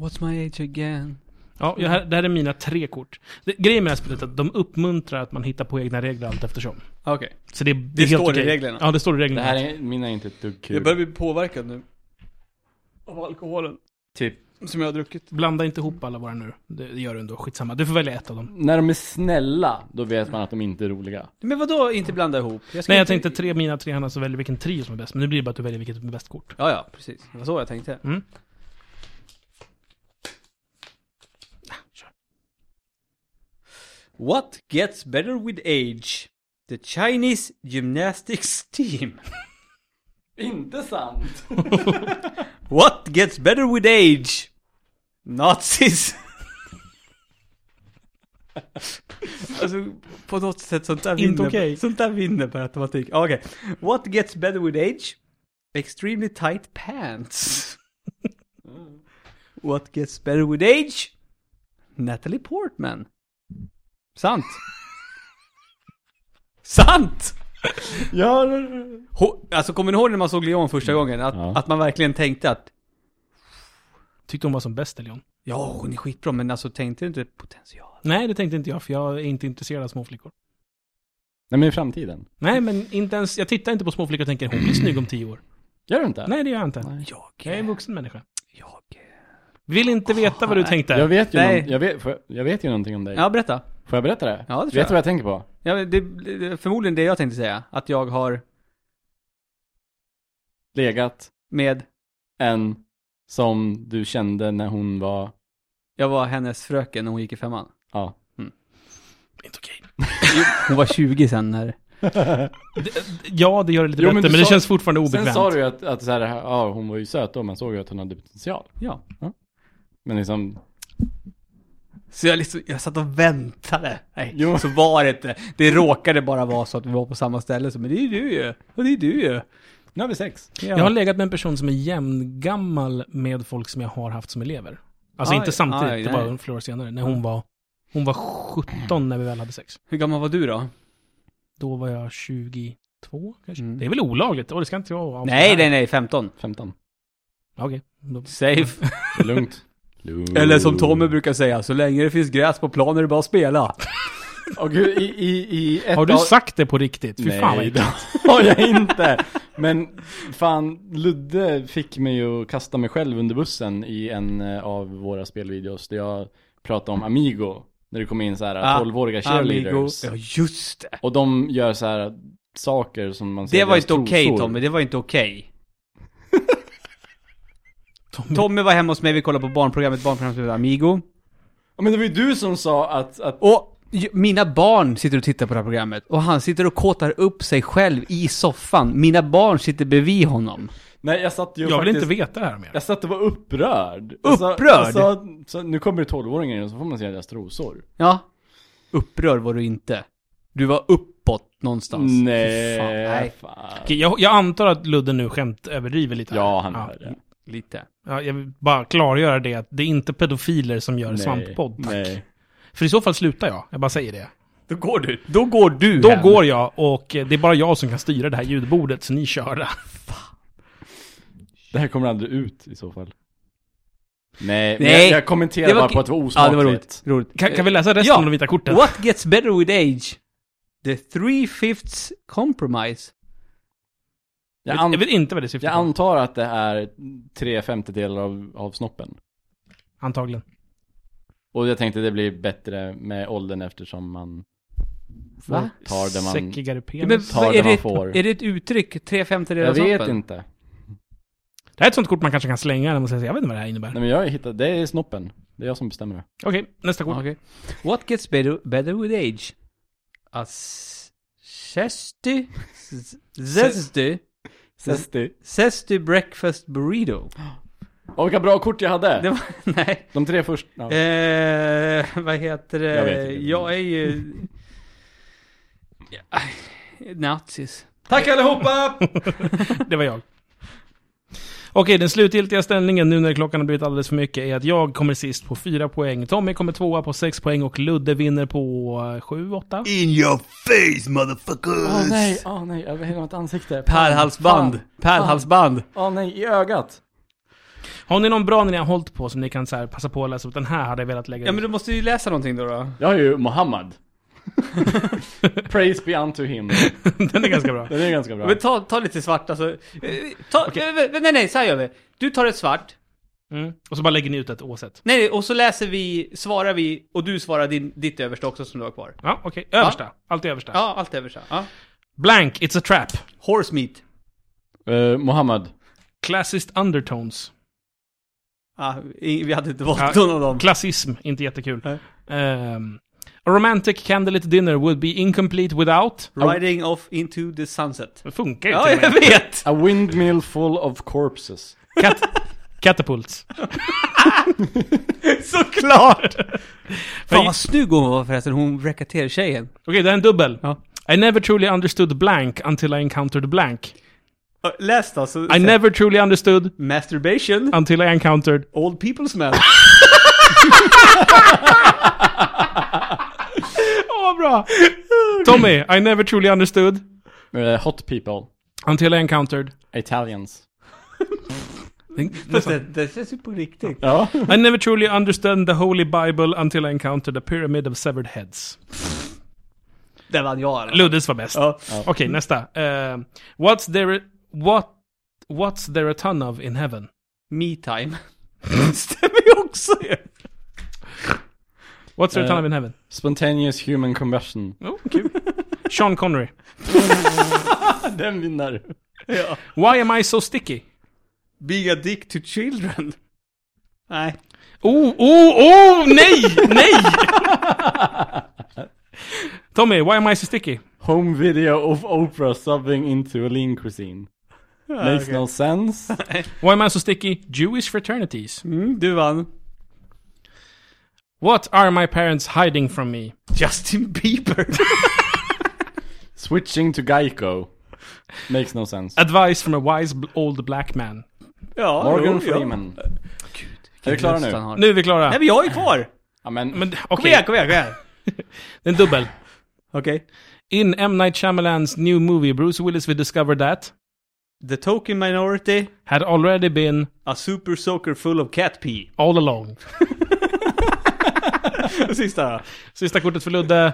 What's my age again?
Ja, jag, här- det här är mina tre kort. Det, grejen med det här spelet är att de uppmuntrar att man hittar på egna regler allt eftersom.
Okej.
Så det, det, är helt
står i
okej.
reglerna.
Ja, det står i
Det
reglerna.
här är, mina är inte ett dugg kul.
Jag börjar bli påverkad nu. Av alkoholen.
Typ.
Som jag har druckit.
Blanda inte ihop alla våra nu. Det, det gör du ändå. Skitsamma. Du får välja ett av dem.
När de är snälla, då vet man att de inte är roliga.
Men vadå inte blanda ihop? ska
Nej, jag
inte-
tänkte tre mina, tre Hanna, så väljer vilken trio som är bäst. Men nu blir det bara att du väljer vilket som är bäst kort.
Ja, ja, precis. Det var så jag tänkte.
Mm.
What gets better with age? The Chinese gymnastics *laughs* team.
Inte sant!
What gets better with age? Nazis. alltså, på något sätt sånt där
Inte
vinner.
okej.
Sånt där vinner per automatik. Ah, Okej. What gets better with age? Extremely tight pants. What gets better with age? Natalie Portman. Sant. Sant!
ja,
Ho- alltså kommer ni ihåg när man såg Leon första gången? Att,
Ja.
att man verkligen tänkte att
Tyckte hon var som bäst, Leon?
Ja, hon är skitbra, men alltså tänkte du inte potential?
Nej, det tänkte inte jag, för jag är inte intresserad av småflickor.
Nej men i framtiden.
Nej, men inte ens... Jag tittar inte på småflickor och tänker hon blir snygg om tio år.
Gör du inte?
Nej, det gör jag inte.
Nej.
Jag,
Jag är en vuxen människa.
jag.
Vill inte veta vad du tänkte.
Jag vet ju,
Nej.
någon, jag vet, får jag- jag vet ju någonting om dig.
Ja, berätta.
Får jag berätta det?
Ja, det tror
vet
jag.
du vad jag tänker på?
Ja, men det, det är förmodligen det jag tänkte säga. Att jag har
Legat
med,
en som du kände när hon var...
jag var hennes fröken när hon gick i femman.
Ja.
Inte okej.
Hon var 20 sen när...
Ja, det gör det lite bättre,
Jo, men
men,
du
det
sa-
känns fortfarande obekvämt.
Sen sa du ju att, att så här, ja, hon var ju söt då, man såg ju att hon hade potential.
Ja.
Men liksom,
Så jag liksom, jag satt och väntade. Nej,
Jo.
så var det inte. Det råkade bara vara så att vi var på samma ställe. Så, men det är ju du ju. Och det är du ju.
nu har vi sex.
Ja.
Jag har legat med en person som är jämngammal med folk som jag har haft som elever. Alltså
Aj,
inte samtidigt,
aj,
det var
nej.
flera år senare. När hon var, hon var 17 när vi väl hade sex.
Hur gammal var du då?
Då var jag 22 kanske.
Mm.
Det är väl olagligt? Åh, det ska inte jag avslöja
Nej,
här.
nej, nej, 15.
15.
Ja, Okej. Då-
*laughs*
Safe.
Det är Lugnt. Lugnt.
Eller som Tommy brukar säga, så länge det finns gräs på planen är det bara att spela.
Åh gud, i, i, i ett
Har du
av-
sagt det på riktigt? Fy
Nej,
fan vad
det
äckligt.
*laughs* har jag inte. Men fan, Ludde fick mig att kasta mig själv under bussen i en eh, av våra spelvideos där jag pratade om Amigo. När det kom in så här 12-åriga cheerleaders.
Ah, Ja, just det.
Och de gör så här saker som man ser
Det var
deras
inte okej
trosor.
Tommy, det var inte okej.
Tommy.
*laughs* Tommy var hemma hos mig, vi kollade på barnprogrammet, barnprogrammet med Amigo.
Ja, Men det var ju du som sa att, att
Och ju- Mina barn sitter och tittar på det här programmet och han sitter och kåtar upp sig själv i soffan. Mina barn sitter bredvid honom.
Nej, jag satt ju
Jag vill
faktiskt...
inte veta det här mer.
Jag satt och var upprörd. Jag sa-
Upprörd?
Jag sa, så nu kommer det tolvåringar in och så får man se deras trosor.
Ja. Upprörd var du inte. Du var uppåt någonstans. Alltså, Fy
Nej,
Fan, nej.
fan.
Okej, jag, jag antar att Ludde nu skämt överdriver lite. här.
Ja, han är det.
Lite.
ja, Jag vill bara klargöra det, att det är inte pedofiler som gör
Nej,
svamppodd, tack.
Nej.
För i så fall slutar jag, jag bara säger det.
Då går du. Då går du
Då
hem.
går jag, och eh, det är bara jag som kan styra det här ljudbordet, så ni kör *laughs* det.
Det här kommer aldrig ut i så fall. Nej, men
Nej.
jag, jag kommenterade
Det var
bara
ki-
på att det var
Ja,
osmakligt.
det var roligt. roligt.
Kan, kan vi läsa resten
Ja.
av de vita korten?
What gets better with age? The three-fifths compromise.
Jag,
Jag
an-
vet inte vad det syftar
jag
på.
antar att det är tre femtedelar av, av snoppen.
Antagligen.
Och jag tänkte det blir bättre med åldern eftersom man
Va?
tar det man...
Säckigare penis.
Ja, men
tar
vad,
det
är,
man
det
får.
ett, är det ett uttryck? Tre femtedelar
Jag
av
vet
snoppen?
inte.
Det här är ett sånt kort man kanske kan slänga när man säger så, jag vet inte vad det här innebär.
Nej men jag har hittat, det är snoppen. Det är jag som bestämmer det.
Okej, nästa kort.
Okej. What gets better, better with age? Zesty... Zesty...
Sesti.
Zesty breakfast burrito.
Åh vilka bra kort jag hade!
Det var... *laughs* Nej.
De tre första. Ja.
Eh, vad heter det?
Jag
Jag,
vet inte.
är ju... Ja, Nazis.
Tack allihopa!
*laughs* Det var jag. Okej, den slutgiltiga ställningen nu när klockan har blivit alldeles för mycket är att jag kommer sist på fyra poäng, Tommy kommer tvåa på sex poäng och Ludde vinner på eh, sju, åtta.
In your face, motherfuckers!
Åh nej, åh nej, över hela mitt ansikte.
Pärlhalsband.
Fan.
Pärlhalsband.
Åh nej, i ögat.
Har ni någon bra när ni har hållit på som ni kan så här, passa på att läsa upp? Den här hade jag velat lägga
Ja
ut.
men du måste ju läsa någonting då. då.
Jag är ju
*laughs*
Mohammed. *laughs* Praise be unto him.
*laughs* Den är ganska
*laughs*
bra.
Det är ganska bra.
Men ta, ta lite svart alltså. Eh, Ta, eh, Nej nej, så här gör vi. Du tar ett svart.
Mm. Och så bara lägger ni ut ett oavsett.
Nej, och så läser vi, svarar vi, och du svarar din, ditt översta också som du har kvar.
Ja, okej. Översta. Allt i översta.
Ja, allt översta. Ja.
Blank, it's a trap.
Horse meat.
Eh, Mohammed.
Classist undertones.
Ja, i- vi hade inte valt
Ja,
någon av dem.
Klassism, inte jättekul.
Nej.
Ehm, a romantic candlelit dinner would be incomplete without...
Riding off into the sunset.
Det funkar ju
Ja,
till och
jag
med.
*laughs*
vet!
A windmill full of corpses.
Kat- Katapults.
Såklart! Fan
Jag-
vad snygg hon var förresten, hon racketeer-tjejen.
Okej, det här är en dubbel.
Ja.
I never truly understood blank until I encountered blank.
Ö, Läs då, så...
I never truly understood
Masturbation,
until I encountered...
old people's man.
Åh, bra! Tommy, I never truly understood
Eh, hot people.
until I encountered...
Italians.
Fast det, det känns ju på riktigt.
Ja.
I never truly understood the holy bible until I encountered a pyramid of severed heads.
Det vann jag alltså. eller?
Luddes var bäst.
Ja.
Okej, nästa. Eh, what's there... What... What's there a ton of in heaven?
Me time. *laughs* Stämmer ju också ju!
What's there
Uh,
a ton
Eh.
of in heaven?
Spontaneous human combustion.
Oh, kul. *laughs* Sean Connery.
Den vinner.
Why am I so sticky?
Being a dick to children. Nej.
Oh, oh, oh, nej, nej! *laughs* Tommy, why am I so sticky?
Home video of Oprah subbing into a lean cuisine. Makes no sense.
Why am I so sticky? Jewish fraternities.
Mm, du vann.
What are my parents hiding from me?
Justin Bieber.
Switching to Geico. Makes no sense.
Advice from a wise bl- old black man.
*laughs* ja,
Morgan
jo,
Freeman. Är vi klara nu?
Nu är vi klara.
Nej men jag är kvar!
Ja, men,
Men okej,
Kom igen, kom igen, kom igen!
det är en dubbel.
Okej.
In M. Night Shyamalan's new movie, Bruce Willis will discover that
The token minority,
had already been
a super soaker full of cat pee.
all along.
*laughs* Sista då.
Sista kortet för Ludde.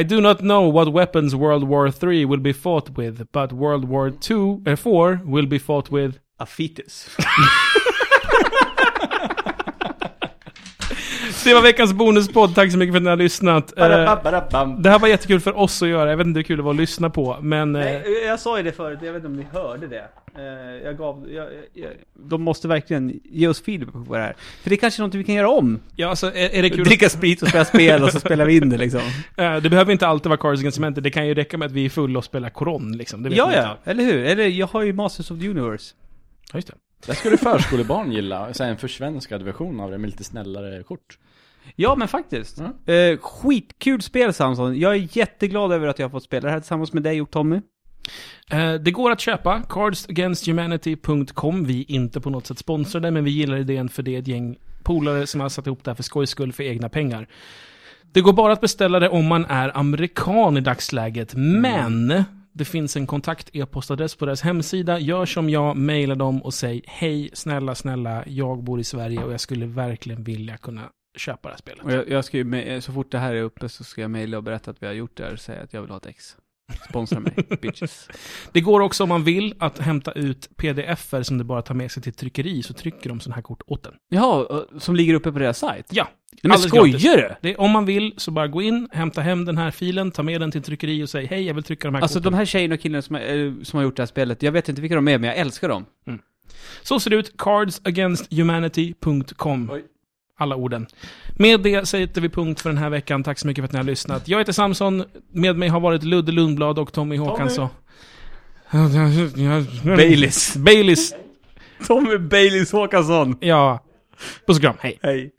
I do not know what weapons World War 3 will be fought with, but World War 2, eh, 4 will be fought with
A fetus.
Det var veckans bonuspodd, tack så mycket för att ni har lyssnat. Eh,
Ba-da-ba-ba-da-bam.
Det här var jättekul för oss att göra, jag vet inte hur kul det var att lyssna på, men... eh,
Jag sa ju det förut, jag vet inte om ni hörde det. Eh, jag gav, jag, jag, de måste verkligen ge oss feedback på det här. För det är kanske är något vi kan göra om.
Ja, alltså är, är det kul
Dricka sprit och spela spel och så spelar vi in det liksom.
Eh, Det behöver inte alltid vara Cards Against Humanity, det kan ju räcka med att vi är fulla och spelar koron liksom. Det vet
Ja,
man
ja,
inte.
eller hur? Eller jag har ju Masters of the Universe.
ja. Just det.
Där skulle förskolebarn gilla, så här en försvenskad version av det med lite snällare kort.
Ja, men faktiskt.
Mm.
Eh, skitkul spel Samson. Jag är jätteglad över att jag har fått spela det här tillsammans med dig och Tommy.
Eh, Det går att köpa, cardsagainsthumanity.com. Vi är inte på något sätt sponsrade, men vi gillar idén för det är ett gäng polare som har satt ihop det här för skojs skull för egna pengar. Det går bara att beställa det om man är amerikan i dagsläget, men det finns en kontakt-e-postadress på deras hemsida. Gör som jag, mejla dem och säg hej, snälla, snälla, jag bor i Sverige och jag skulle verkligen vilja kunna köpa det här spelet.
Och jag, jag ska ju, ma- eh, så fort det här är uppe så ska jag mejla och berätta att vi har gjort det här och säga att jag vill ha ett ex. Sponsra *laughs* mig, bitches.
Det går också om man vill att hämta ut pdf-er som det bara tar med sig till tryckeri, så trycker de sådana här kort åt en.
Jaha, och- som ligger uppe på deras sajt?
Ja,
Nej, men
alldeles
skojar du?
Det, om man vill så bara gå in, hämta hem den här filen, ta med den till tryckeri och säg hej, jag vill trycka de här
Alltså
korten.
de här tjejerna och killarna som, har- eh, som har gjort det här spelet, jag vet inte vilka de är men jag älskar dem.
Så ser det ut, cardsagainsthumanity.com.
Oj.
Alla orden. Med det sätter vi punkt för den här veckan. Tack så mycket för att ni har lyssnat. Jag heter Samson, med mig har varit Ludde Lundblad och Tommy Håkansson.
Baileys.
Baileys.
*laughs* Tommy Baileys Håkansson.
Ja. Puss och kram, hej.
Hej.